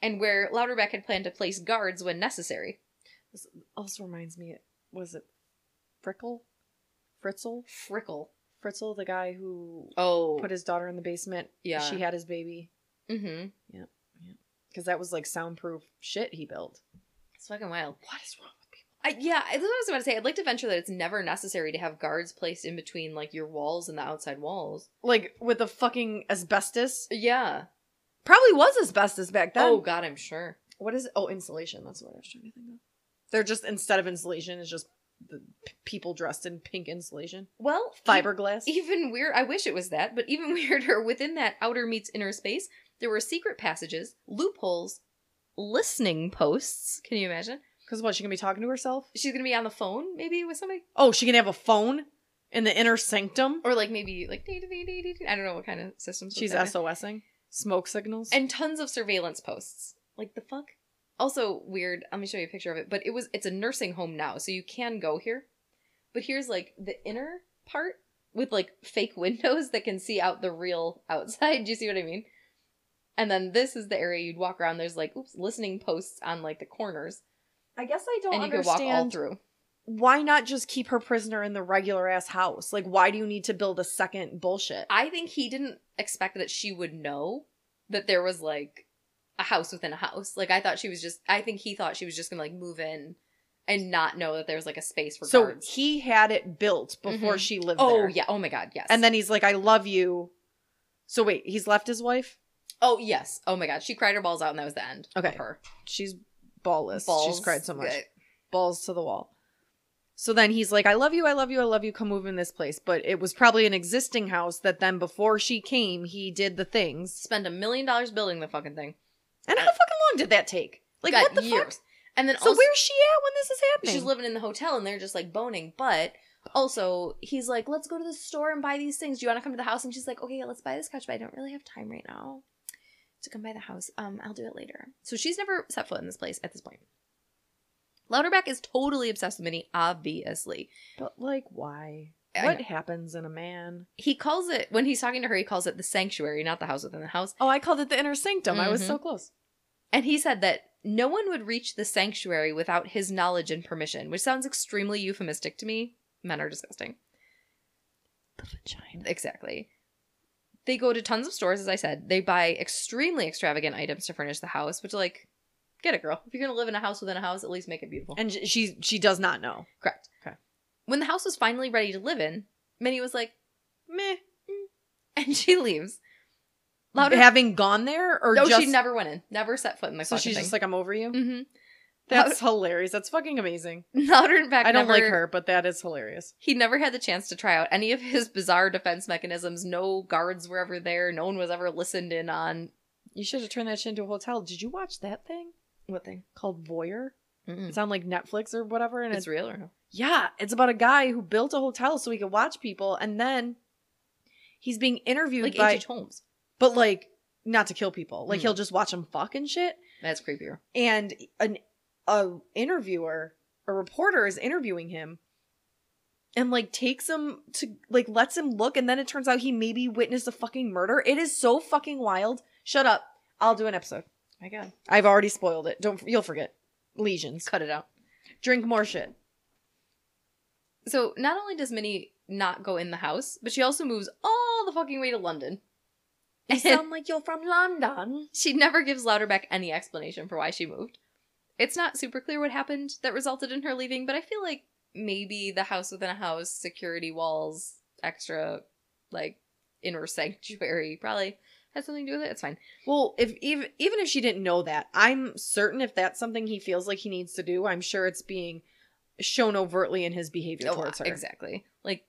S1: and where Louderback had planned to place guards when necessary.
S3: Also reminds me, was it Frickle? Fritzl?
S1: Frickle.
S3: Fritzl, the guy who
S1: Oh,
S3: put his daughter in the basement.
S1: yeah.
S3: She had his baby.
S1: mm-hmm.
S3: Because that was like soundproof shit he built.
S1: It's fucking wild.
S3: What is wrong with people?
S1: I, yeah, that's what I was about to say. I'd like to venture that it's never necessary to have guards placed in between like your walls and the outside walls.
S3: Like with the fucking asbestos.
S1: Yeah.
S3: Probably was asbestos back then.
S1: oh God, I'm sure.
S3: what is it? Oh, insulation. That's what I was trying to think of. They're just instead of insulation, it's just the p- people dressed in pink insulation,
S1: Well,
S3: fiberglass.
S1: e- even weird. I wish it was that, but even [laughs] weirder. Within that outer meets inner space, there were secret passages, loopholes, listening posts. Can you imagine?
S3: Because what? She gonna be talking to herself?
S1: She's gonna be on the phone, maybe with somebody,
S3: Oh, she can have a phone in the inner sanctum.
S1: or like maybe like dee dee dee dee dee dee. I don't know what kind of systems.
S3: She's
S1: SO.
S3: SOSing. Smoke signals.
S1: and tons of surveillance posts. Like the fuck. Also weird. Let me show you a picture of it. But it was it's a nursing home now, so you can go here. But here's like the inner part with like fake [laughs] windows that can see out the real outside. [laughs] Do you see what I mean? And then this is the area you'd walk around. There's like oops listening posts on like the corners,
S3: I guess I don't
S1: and you could walk
S3: understand
S1: all through.
S3: why not just keep her prisoner in the regular ass house. Like, why do you need to build a second bullshit?
S1: I think he didn't expect that she would know that there was like a house within a house. Like I thought she was just I think he thought she was just gonna like move in and not know that there was like a space for
S3: so
S1: guards.
S3: he had it built before she lived
S1: oh
S3: there.
S1: yeah. Oh my god, yes.
S3: And then he's like, "I love you." So wait, he's left his wife.
S1: Oh yes. Oh my god. She cried her balls out and that was the end.
S3: Okay.
S1: Of her.
S3: She's ballless.
S1: Balls.
S3: She's cried so much.
S1: Yeah.
S3: Balls to the wall. So then he's like, I love you, I love you, I love you, come move in this place. But it was probably an existing house that then before she came, he did the things.
S1: Spend a million dollars building the fucking thing.
S3: And how fucking long did that take? Like
S1: God,
S3: what the
S1: years.
S3: fuck?
S1: And then
S3: So
S1: also
S3: where's she at when this is happening?
S1: she's living in the hotel and they're just like boning, but also he's like, Let's go to the store and buy these things. Do you wanna come to the house? And she's like, Okay, let's buy this couch, but I don't really have time right now. to come by the house. Um, I'll do it later. So she's never set foot in this place at this point. Louderback is totally obsessed with Minnie, obviously.
S3: but like why?
S1: I
S3: What
S1: know.
S3: happens in a man?
S1: He calls it when he's talking to her, he calls it the sanctuary, not the house within the house.
S3: Oh, I called it the inner sanctum. I was so
S1: Mm-hmm.
S3: close.
S1: And he said that no one would reach the sanctuary without his knowledge and permission, which sounds extremely euphemistic to me. Men are disgusting.
S3: The vagina.
S1: Exactly. They go to tons of stores, as I said. They buy extremely extravagant items to furnish the house, which like, get it, girl. If you're gonna live in a house within a house, at least make it beautiful.
S3: And sh- she she does not know.
S1: Correct.
S3: Okay.
S1: When the house was finally ready to live in, Minnie was like, [laughs]
S3: Meh.
S1: and she leaves. Louder.
S3: Having gone there or
S1: no,
S3: just
S1: she never went in. Never set foot in the
S3: So she's just like, I'm over you.
S1: mm-hmm.
S3: That's hilarious. That's fucking amazing.
S1: [laughs] Louder and back.
S3: I don't
S1: never-
S3: like her, but that is hilarious.
S1: He never had the chance to try out any of his bizarre defense mechanisms. No guards were ever there. No one was ever listened in on.
S3: You should have turned that shit into a hotel. Did you watch that thing
S1: What thing?
S3: called Voyeur?
S1: Mm-mm.
S3: It's on like Netflix or whatever. And
S1: It's
S3: Hmm. it's,
S1: real or no?
S3: yeah, it's about a guy who built a hotel so he could watch people, and then he's being interviewed
S1: Like
S3: by,
S1: H.H. Holmes.
S3: but like not to kill people. Like
S1: Mm.
S3: he'll just watch them fuck and shit.
S1: That's creepier.
S3: and an a interviewer a reporter is interviewing him and like takes him to like lets him look and then it turns out he maybe witnessed a fucking murder it is so fucking wild shut up i'll do an episode
S1: My God.
S3: i've already spoiled it don't you'll forget lesions
S1: Cut it out.
S3: drink more shit
S1: So not only does Minnie not go in the house, but she also moves all the fucking way to London.
S3: [laughs] you sound like you're from london
S1: She never gives Louderback any explanation for why she moved. It's not super clear what happened that resulted in her leaving, but I feel like maybe the house within a house, security walls, extra, like, inner sanctuary probably had something to do with it. It's fine.
S3: well if even even if she didn't know that i'm certain if that's something he feels like he needs to do i'm sure it's being shown overtly in his behavior
S1: Oh,
S3: towards her
S1: Exactly. Like,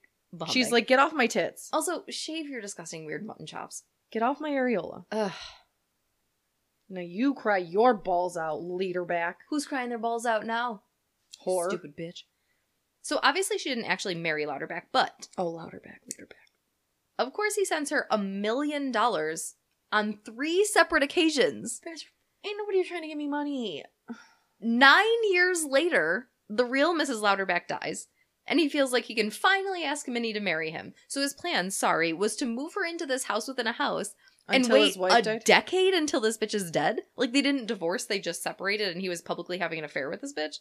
S3: she's
S1: bumping.
S3: like get off my tits
S1: also, shave your disgusting weird mutton chops.
S3: Get off my areola.
S1: Ugh.
S3: Now you cry your balls out, leader back.
S1: Who's crying their balls out now?
S3: Whore.
S1: Stupid bitch. So obviously she didn't actually marry Louderback, but
S3: Oh, louder back, leader back.
S1: Of course, he sends her a million dollars on three separate occasions.
S3: Bitch, ain't nobody trying to give me money.
S1: Nine years later, the real Mrs. Louderback dies, and he feels like he can finally ask Minnie to marry him. So his plan, sorry, was to move her into this house within a house and
S3: Until
S1: wait
S3: his wife
S1: a
S3: died?
S1: decade until this bitch is dead? Like they didn't divorce, they just separated and he was publicly having an affair with this bitch?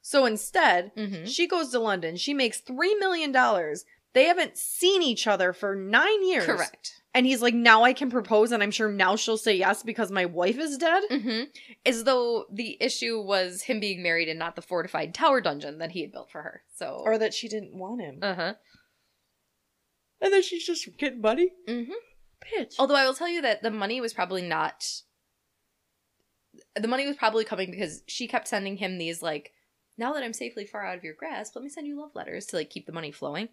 S3: So instead,
S1: Mm-hmm.
S3: she goes to London. She makes $3 million. They haven't seen each other for nine years.
S1: Correct.
S3: And he's like, now I can propose, and I'm sure now she'll say yes because my wife is dead.
S1: Mm-hmm. As though the issue was him being married and not the fortified tower dungeon that he had built for her. So
S3: Or that she didn't want him.
S1: uh-huh.
S3: Uh, and then she's just getting money.
S1: Mm-hmm.
S3: Bitch.
S1: Although I will tell you that the money was probably not. The money was probably coming because she kept sending him these like, now that I'm safely far out of your grasp, let me send you love letters to like keep the money flowing,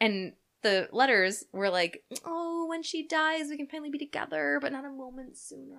S1: and the letters were like, oh, when she dies, we can finally be together, but not a moment sooner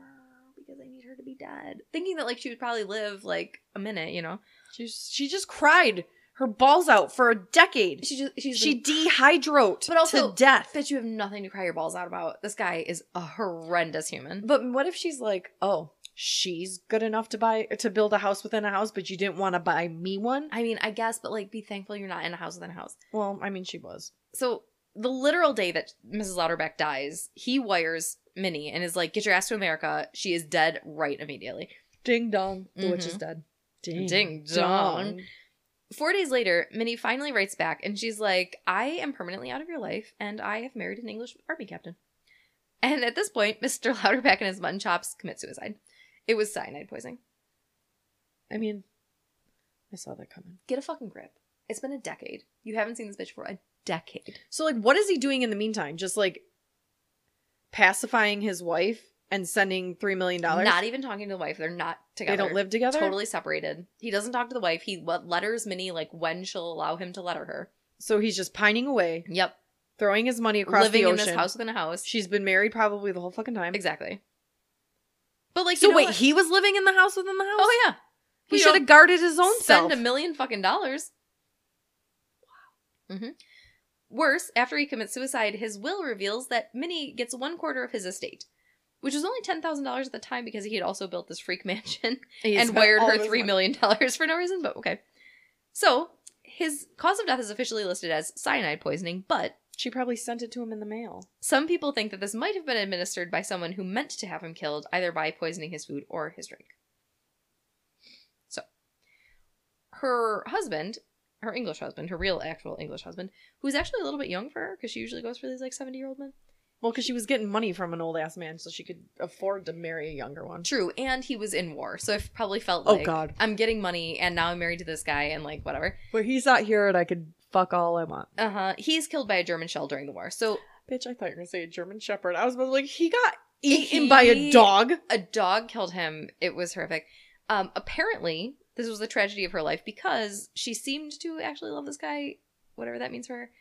S1: because I need her to be dead. Thinking that like she would probably live like a minute, you know.
S3: She, she just cried her balls out for a decade.
S1: She just she's
S3: She
S1: like,
S3: dehydrate
S1: But also-
S3: to death.
S1: bitch, you have nothing to cry your balls out about. This guy is a horrendous human.
S3: But what if she's like, oh, she's good enough to buy to build a house within a house, but you didn't want to buy me one?
S1: I mean, I guess, but like, be thankful you're not in a house within a house.
S3: Well, I mean, she was.
S1: so the literal day that Mrs. Lauterback dies, he wires Minnie and is like, "Get your ass to America. She is dead right immediately."
S3: Ding dong, the witch is
S1: Mhm.
S3: dead.
S1: Ding dong. Four days later, Minnie finally writes back and she's like, "I am permanently out of your life, and I have married an English army captain." And at this point, [laughs] Mr. Lauterback and his mutton chops commit suicide. It was cyanide poisoning.
S3: I mean, I saw that coming.
S1: Get a fucking grip. It's been a decade. You haven't seen this bitch for a decade.
S3: So, like, what is he doing in the meantime? Just like pacifying his wife and sending three million dollars.
S1: Not even talking to the wife. They're not together.
S3: They don't live together.
S1: Totally separated. He doesn't talk to the wife. He le- letters Minnie like when she'll allow him to letter her.
S3: So he's just pining away,
S1: Yep.
S3: throwing his money across
S1: Living
S3: the
S1: in
S3: ocean.
S1: this house within a house.
S3: She's been married probably the whole fucking time.
S1: Exactly. But like,
S3: So
S1: you know
S3: wait,
S1: what?
S3: he was living in the house within the house.
S1: oh yeah,
S3: he
S1: You
S3: should
S1: know,
S3: have guarded his own
S1: spend
S3: self.
S1: a million fucking dollars. Wow. hmm Worse, after he commits suicide, his will reveals that Minnie gets one quarter of his estate, which was only ten thousand dollars at the time because he had also built this freak [laughs] mansion.
S3: He
S1: and
S3: spent
S1: wired
S3: all
S1: her
S3: his
S1: three
S3: money.
S1: million dollars for no reason, but okay. So his cause of death is officially listed as cyanide poisoning, but
S3: She probably sent it to him in the mail.
S1: some people think that this might have been administered by someone who meant to have him killed, either by poisoning his food or his drink. So her husband, her English husband, her real actual English husband, who's actually a little bit young for her, because she usually goes for these like seventy year old men.
S3: Well, because she was getting money from an old ass man, so she could afford to marry a younger one.
S1: True, and he was in war, so I probably felt
S3: Oh,
S1: like
S3: God.
S1: I'm getting money and now I'm married to this guy and like whatever.
S3: Where he's not here, and I could fuck all I want.
S1: Uh huh. He's killed by a German shell during the war. So
S3: Bitch, I thought you were gonna say a German Shepherd. I was about to be like, he got eaten
S1: He-
S3: by a dog.
S1: a dog killed him. It was horrific. Um, apparently, this was the tragedy of her life because she seemed to actually love this guy, whatever that means for her.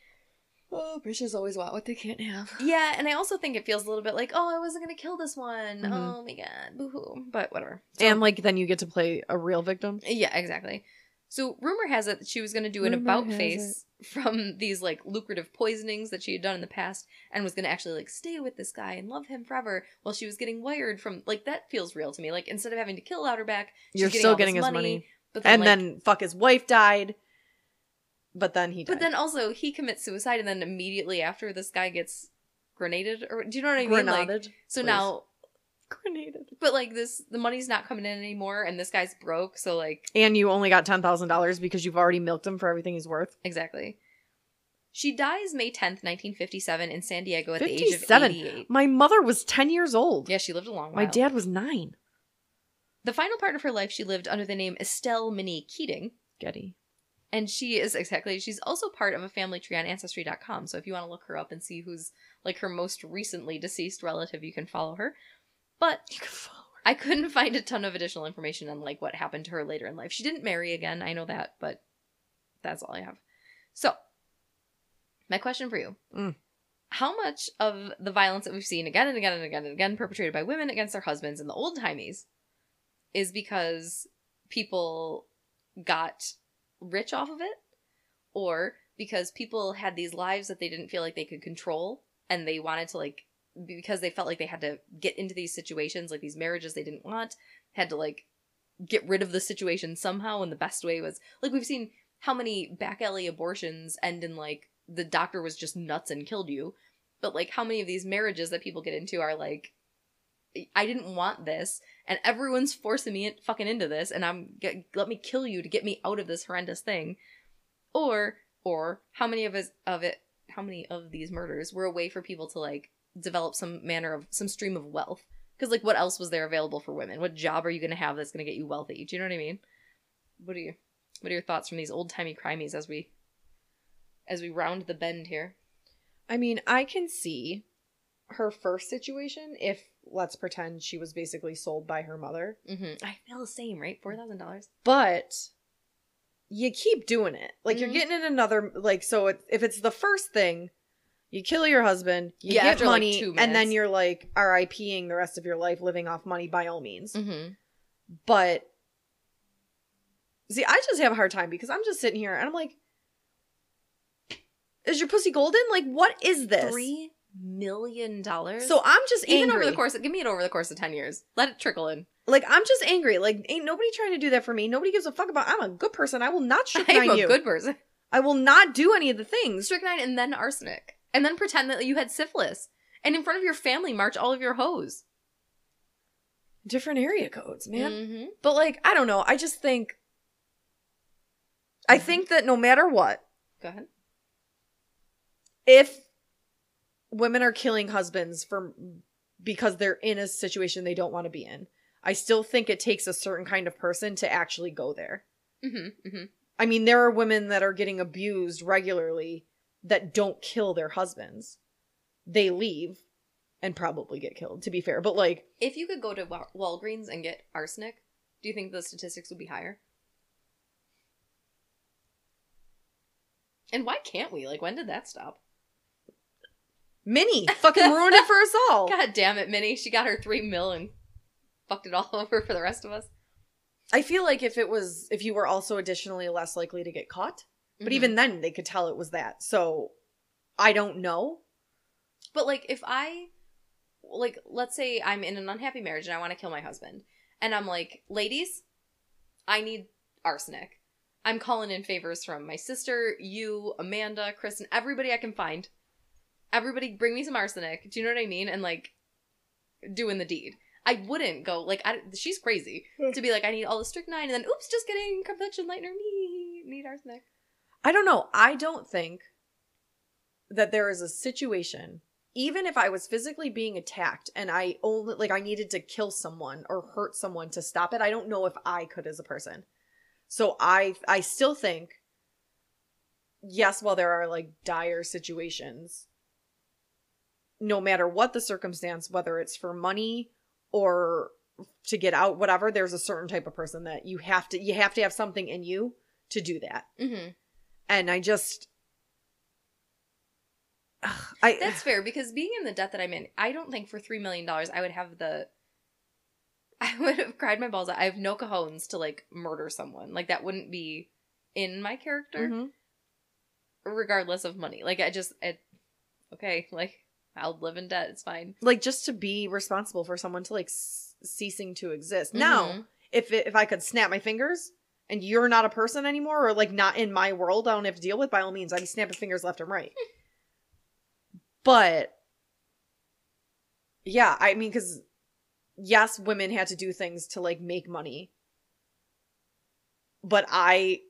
S3: Oh, bitches always want what they can't have.
S1: Yeah, and I also think it feels a little bit like, oh, I wasn't gonna kill this one.
S3: Mhm.
S1: Oh my god, boo hoo. But whatever.
S3: [laughs] and like, then you get to play a real victim.
S1: Yeah, exactly. So rumor has it that she was going to do an
S3: Rumor
S1: about
S3: has
S1: face [laughs] from these like lucrative poisonings that she had done in the past and was going to actually like stay with this guy and love him forever while she was getting wired from like that feels real to me. Like instead of having to kill Outerback, she's
S3: You're still
S1: all this
S3: getting his money,
S1: But then,
S3: and
S1: like-
S3: then fuck his wife died. But then he died.
S1: but then also he commits suicide and then immediately after this guy gets grenaded or do you know what I mean? Like,
S3: Grenaded.
S1: so
S3: please.
S1: now
S3: Grenaded.
S1: but like this the money's not coming in anymore and this guy's broke so like
S3: And you only got ten thousand dollars because you've already milked him for everything he's worth.
S1: Exactly. She dies May 10th, 1957, in San Diego at the
S3: 57.
S1: age of 88.
S3: My mother was ten years old.
S1: Yeah, she lived a long
S3: My
S1: while.
S3: dad was nine.
S1: The final part of her life, she lived under the name Estelle Minnie Keating.
S3: Getty.
S1: And she is exactly, she's also part of a family tree on Ancestry.com. So if you want to look her up and see who's like her most recently deceased relative, you can follow her. But
S3: You can follow her.
S1: I couldn't find a ton of additional information on like what happened to her later in life. She didn't marry again, I know that, but that's all I have. So, my question for you.
S3: Mm.
S1: How much of the violence that we've seen again and again and again and again perpetrated by women against their husbands in the old timeies is because people got rich off of it or because people had these lives that they didn't feel like they could control and they wanted to like because they felt like they had to get into these situations like these marriages they didn't want had to like get rid of the situation somehow and the best way was like we've seen how many back alley abortions end in like the doctor was just nuts and killed you but like how many of these marriages that people get into are like I didn't want this and everyone's forcing me in, fucking into this and I'm get, let me kill you to get me out of this horrendous thing or or how many of us of it how many of these murders were a way for people to like develop some manner of some stream of wealth because like what else was there available for women what job are you going to have that's going to get you wealthy do you know what i mean what are you what are your thoughts from these old-timey crimies as we as we round the bend here
S3: I mean, I can see her first situation if let's pretend she was basically sold by her mother,
S1: mm-hmm. i feel the same right $4000
S3: but you keep doing it. Like
S1: Mhm.
S3: you're getting in another like so it, if it's the first thing, you kill your husband, you
S1: Yeah,
S3: get
S1: after, like,
S3: money,
S1: two
S3: and then
S1: minutes.
S3: you're like RIPing the rest of your life living off money by all means.
S1: mm-hmm.
S3: But see, I just have a hard time because I'm just sitting here and I'm like, is your pussy golden? Like, what is this?
S1: three million dollars
S3: So I'm just angry.
S1: even over the course of give me it over the course of 10 years let it trickle in
S3: Like I'm just angry. Like ain't nobody trying to do that for me. Nobody gives a fuck about. I'm a good person. I
S1: [laughs]
S3: will not
S1: i'm
S3: strychnine
S1: a
S3: you.
S1: good person
S3: I will not do any of the things.
S1: strychnine and then arsenic and then pretend that you had syphilis and in front of your family march all of your hoes
S3: Different area codes, man.
S1: mm-hmm.
S3: But like I don't know. I just think. I
S1: Mhm.
S3: think that no matter what,
S1: go ahead
S3: if women are killing husbands for because they're in a situation they don't want to be in, I still think it takes a certain kind of person to actually go there.
S1: mm-hmm. Mm-hmm.
S3: I mean, there are women that are getting abused regularly that don't kill their husbands. They leave and probably get killed, to be fair. But like,
S1: If you could go to Wa- Walgreens and get arsenic, do you think the statistics would be higher? And why can't we? Like, when did that stop?
S3: Minnie fucking ruined it for us all.
S1: God damn it, Minnie. She got her three mil and fucked it all [laughs] over for the rest of us.
S3: I feel like if it was, if you were also additionally less likely to get caught, but
S1: Mhm.
S3: even then they could tell it was that. So I don't know.
S1: But like if I like let's say I'm in an unhappy marriage and I want to kill my husband and I'm like, "Ladies, I need arsenic. I'm calling in favors from my sister, you, Amanda, Kristen, everybody I can find. Everybody bring me some arsenic." Do you know what I mean? And like doing the deed. I wouldn't go like I, she's crazy to be like I need all the strychnine and then oops just kidding complexion lightener me need arsenic.
S3: I don't know. I don't think that there is a situation, even if I was physically being attacked and I only like I needed to kill someone or hurt someone to stop it. I don't know if I could as a person. So I I still think yes, while there are like dire situations, no matter what the circumstance, whether it's for money or to get out, whatever, there's a certain type of person that you have to you have to have something in you to do that
S1: Mhm.
S3: and I just Ugh, I
S1: That's fair because being in the debt that I'm in, I don't think for three million dollars I would have the. I [laughs] would have cried my balls out. I have no cojones to like murder someone. Like that wouldn't be in my character,
S3: Mhm.
S1: regardless of money. Like I just, it, okay, [laughs] like I'll live in debt. It's fine.
S3: like just to be responsible for someone to like s- ceasing to exist. Now,
S1: Mhm.
S3: if it, if I could snap my fingers and you're not a person anymore or like not in my world, I don't have to deal with by all means. I'd be snapping fingers left and right. but yeah, I mean cuz yes, women had to do things to like make money. But I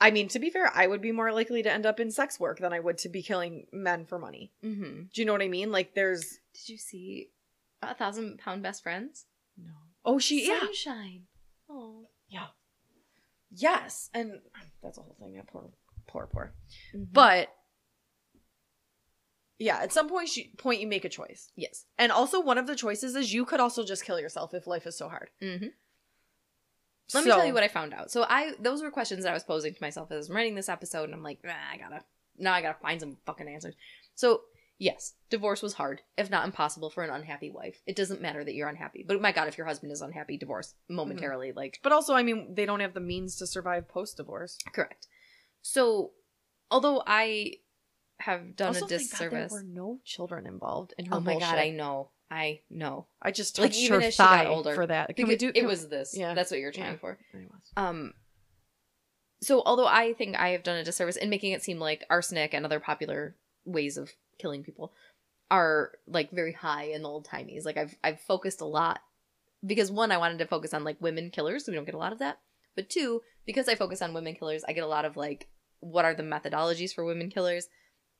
S3: I mean, to be fair, I would be more likely to end up in sex work than I would to be killing men for money.
S1: Mhm.
S3: Do you know what I mean? Like there's
S1: Did you see a thousand pound best friends?
S3: no. Oh, she yeah.
S1: Sunshine. Oh.
S3: Yes. And that's a whole thing. Yeah, poor poor poor.
S1: Mm-hmm. But
S3: But yeah, at some point she, point you make a choice.
S1: yes.
S3: And also one of the choices is you could also just kill yourself if life is so hard.
S1: Mm-hmm. Let me
S3: So-
S1: tell you what I found out. So I those were questions that I was posing to myself as I'm writing this episode, and I'm like, nah, I gotta now I gotta find some fucking answers. So yes, divorce was hard, if not impossible, for an unhappy wife. It doesn't matter that you're unhappy, but my god, if your husband is unhappy, divorce momentarily, like
S3: But also, I mean, they don't have the means to survive post divorce.
S1: correct. So although I have done
S3: also,
S1: a
S3: thank God
S1: disservice,
S3: There were no children involved in her
S1: oh my god, I
S3: bullshit.
S1: know, I know.
S3: I just
S1: like,
S3: touched
S1: even
S3: her
S1: as she got
S3: thigh
S1: older.
S3: for that. Can we
S1: Because
S3: do?
S1: it
S3: can-
S1: was this?
S3: Yeah.
S1: that's what you're trying
S3: Yeah.
S1: for.
S3: Anyways.
S1: Um so although I think I have done a disservice in making it seem like arsenic and other popular ways of killing people are like very high and old timeys. Like I've I've focused a lot because one I wanted to focus on like women killers, so we don't get a lot of that. But two, because I focus on women killers, I get a lot of like what are the methodologies for women killers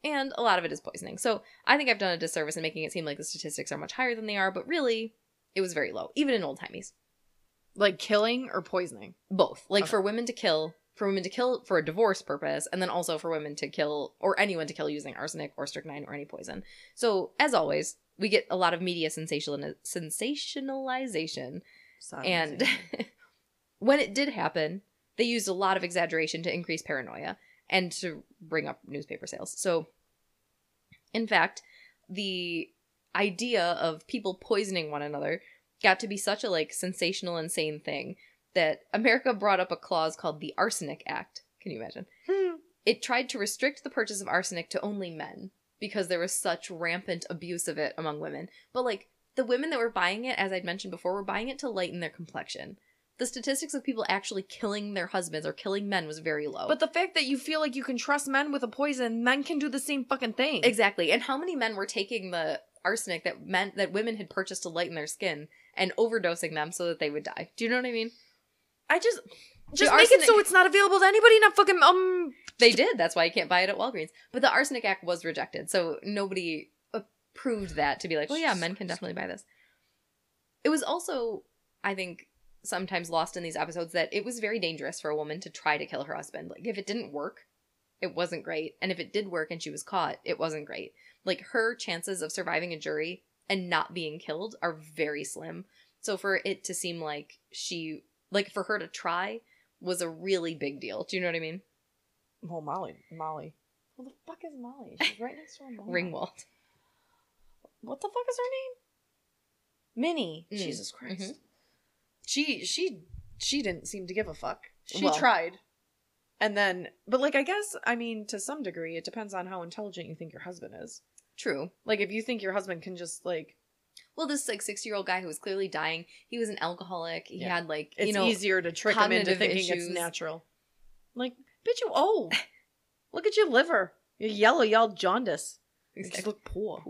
S1: and a lot of it is poisoning. So, I think I've done a disservice in making it seem like the statistics are much higher than they are, but really it was very low, even in old timeys.
S3: Like killing or poisoning?
S1: Both. Like
S3: Okay.
S1: for women to kill, for women to kill for a divorce purpose, and then also for women to kill or anyone to kill using arsenic or strychnine or any poison. So, as always, we get a lot of media sensational sensationalization
S3: Sounds
S1: and when it did happen, they used a lot of exaggeration to increase paranoia and to bring up newspaper sales. So, in fact, the idea of people poisoning one another got to be such a like sensational, insane thing that America brought up a clause called the Arsenic Act. Can you imagine? [laughs] It tried to restrict the purchase of arsenic to only men because there was such rampant abuse of it among women. But like the women that were buying it, as I'd mentioned before, were buying it to lighten their complexion. The statistics of people actually killing their husbands or killing men was very low.
S3: But the fact that you feel like you can trust men with a poison, men can do the same fucking thing.
S1: exactly. And how many men were taking the arsenic that men that women had purchased to lighten their skin and overdosing them so that they would die? Do you know what I mean?
S3: I just
S1: The
S3: just make it so
S1: arsenic-
S3: it's not available to anybody. Not fucking um.
S1: They did. That's why you can't buy it at Walgreens. But the Arsenic Act was rejected, so nobody approved that to be like, well, yeah, men can definitely buy this. It was also, I think, sometimes lost in these episodes that it was very dangerous for a woman to try to kill her husband. Like, if it didn't work, it wasn't great. And if it did work and she was caught, it wasn't great. Like, her chances of surviving a jury and not being killed are very slim. So, for it to seem like she, like, for her to try was a really big deal. Do you know what I mean?
S3: Oh, Molly, Molly. Who the fuck is [laughs] Molly? She's right next to her mom.
S1: Ringwald.
S3: What the fuck is her name? Minnie.
S1: Mm.
S3: Jesus Christ. She she she didn't seem to give a fuck. She
S1: Well-
S3: tried. And then but like I guess I mean to some degree it depends on how intelligent you think your husband is.
S1: True.
S3: Like if you think your husband can just like
S1: Well, this like sixty year old guy who was clearly dying. He was an alcoholic. He
S3: Yeah.
S1: had like
S3: it's
S1: you know
S3: easier to trick him into
S1: cognitive
S3: thinking
S1: issues.
S3: it's natural. Like bitch you [laughs] old. Look at your liver. You're yellow, y'all jaundice. You just look poor.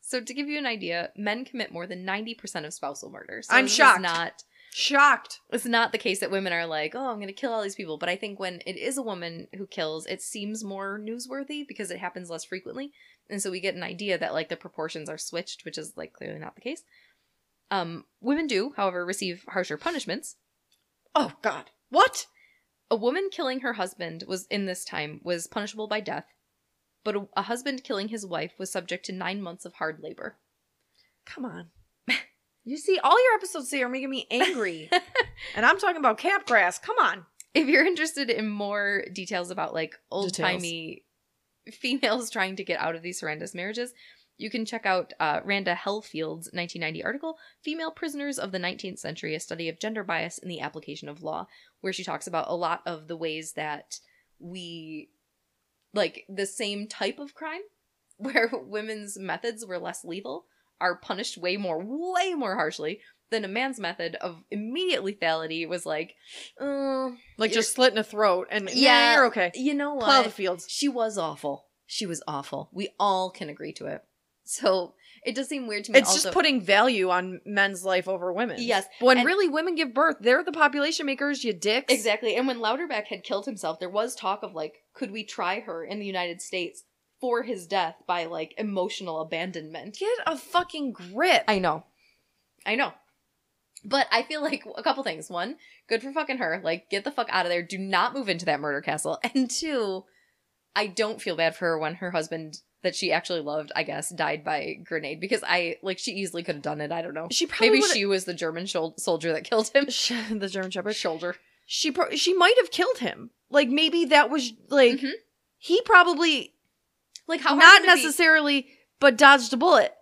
S1: So to give you an idea, men commit more than ninety percent of spousal murders.
S3: I'm shocked.
S1: Is not
S3: Shocked.
S1: it's not the case that women are like, oh, I'm going to kill all these people. But I think when it is a woman who kills, it seems more newsworthy because it happens less frequently, and so we get an idea that like the proportions are switched, which is like clearly not the case. Um, women do, however, receive harsher punishments.
S3: Oh god. What?
S1: A woman killing her husband was in this time was punishable by death, but a, a husband killing his wife was subject to nine months of hard labor.
S3: Come on. [laughs] You see, all your episodes today are making me [laughs] angry. and I'm talking about Capgrass. Come on.
S1: If you're interested in more details about like old timey females trying to get out of these horrendous marriages, you can check out uh, Randa Hellfield's 1990 article, Female Prisoners of the 19th Century A Study of Gender Bias in the Application of Law, where she talks about a lot of the ways that we, like, the same type of crime, [laughs] where women's methods were less lethal, are punished way more, way more harshly than a man's method of immediate lethality was like, oh,
S3: Like
S1: You're-
S3: just slitting a throat and yeah,
S1: Yeah.
S3: you're okay.
S1: you know what?
S3: Plow the fields.
S1: She was awful. She was awful. We all can agree to it. So it does seem weird to me.
S3: It's
S1: also,
S3: just putting value on men's life over women.
S1: Yes,
S3: But when
S1: and-
S3: really women give birth, they're the population makers, you dicks.
S1: exactly. And when Lauterbach had killed himself, there was talk of like, could we try her in the United States for his death by like emotional abandonment?
S3: Get a fucking grip.
S1: I know, I know. But I feel like a couple things. One, good for fucking her. Like, get the fuck out of there. Do not move into that murder castle. [laughs] And two, I don't feel bad for her when her husband that she actually loved, I guess, died by grenade because I like she easily could have done it. I don't know.
S3: she probably
S1: Maybe
S3: would've-
S1: she was the German shol- soldier that killed him.
S3: [laughs] the German Shepherd.
S1: Shoulder.
S3: She pro- she might have killed him. Like maybe that was like
S1: Mhm.
S3: he probably
S1: Like how hard
S3: not
S1: would it be-
S3: necessarily, but dodged a bullet.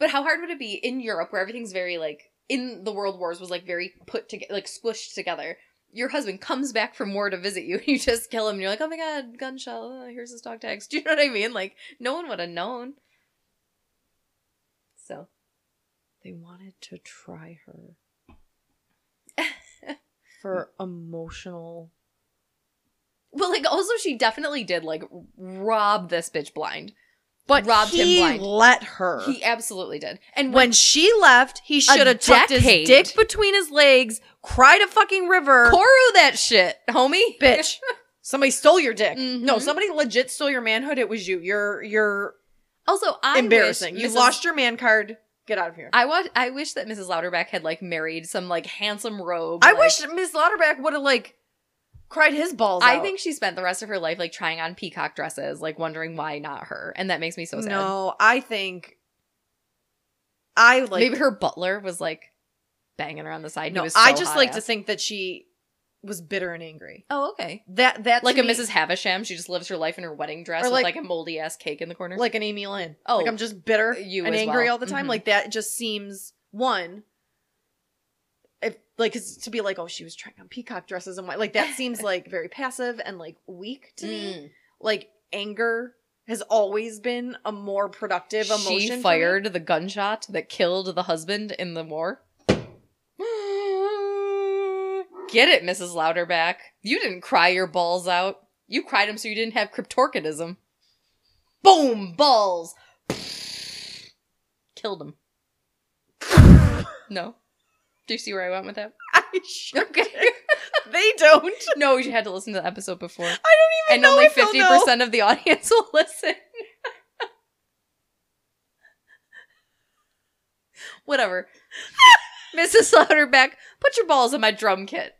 S1: but how hard would it be in Europe where everything's very like in the World Wars was like very put together, like squished together. Your husband comes back from war to visit you, [laughs] and you just kill him, and you're like, "Oh my god, gun shell! uh, Here's his dog tags." [laughs] Do you know what I mean? Like, no one would have known. So
S3: They wanted to try
S1: [laughs]
S3: her for emotional.
S1: Well, like also she definitely did like rob this bitch blind.
S3: But
S1: Robbed him
S3: he
S1: blind.
S3: let her.
S1: He absolutely did. And
S3: and when she left, he should have tucked his
S1: decade.
S3: dick between his legs, cried a fucking river.
S1: Koru that shit, homie.
S3: er,
S1: [laughs]
S3: bitch. Somebody stole your dick. No,
S1: Mhm.
S3: somebody legit stole your manhood. It was you. You're you're
S1: Also, I
S3: embarrassing.
S1: wish
S3: You
S1: Mrs.
S3: lost your man card. Get out of here. I,
S1: I wa- I wish that Mrs. Louderback had like married some like handsome robe. like-
S3: wish Ms. Lauderback would have like cried his balls.
S1: I
S3: out.
S1: think she spent the rest of her life like trying on peacock dresses, like wondering why not her, and that makes me so sad.
S3: No, I think I like
S1: Maybe her butler was like banging her on the side. and he
S3: No,
S1: was so
S3: I just
S1: hot
S3: like
S1: ass.
S3: to think that she was bitter and angry.
S1: Oh, okay.
S3: That that to
S1: Like a
S3: me-
S1: Mrs. Havisham, she just lives her life in her wedding dress
S3: Or,
S1: with
S3: like-
S1: like a moldy ass cake in the corner.
S3: like an Amy Lynn.
S1: Oh,
S3: like I'm just bitter
S1: you
S3: and
S1: as
S3: angry
S1: well.
S3: all the time.
S1: Mhm.
S3: Like that just seems one. If like 'cause to be like, oh, she was trying on peacock dresses and what? Like that
S1: [laughs]
S3: seems like very passive and like weak to me.
S1: Mm.
S3: Like anger has always been a more productive emotion.
S1: she
S3: for me.
S1: fired the gunshot that killed the husband in the
S3: [gasps]
S1: war. Get it, Mrs. Louderback. You didn't cry your balls out. You cried them so you didn't have cryptorchidism. Boom, balls. [sniffs] Killed him.
S3: [laughs]
S1: No. Do you see where I went with that?
S3: [laughs] I sure
S1: Okay.
S3: they don't.
S1: [laughs] no, you had to listen to the episode before.
S3: I don't even
S1: and
S3: know
S1: only
S3: if they'll
S1: fifty
S3: know.
S1: percent of the [laughs] audience will listen.
S3: [laughs]
S1: Whatever, Mrs. Slaughterback, put your balls in my drum kit.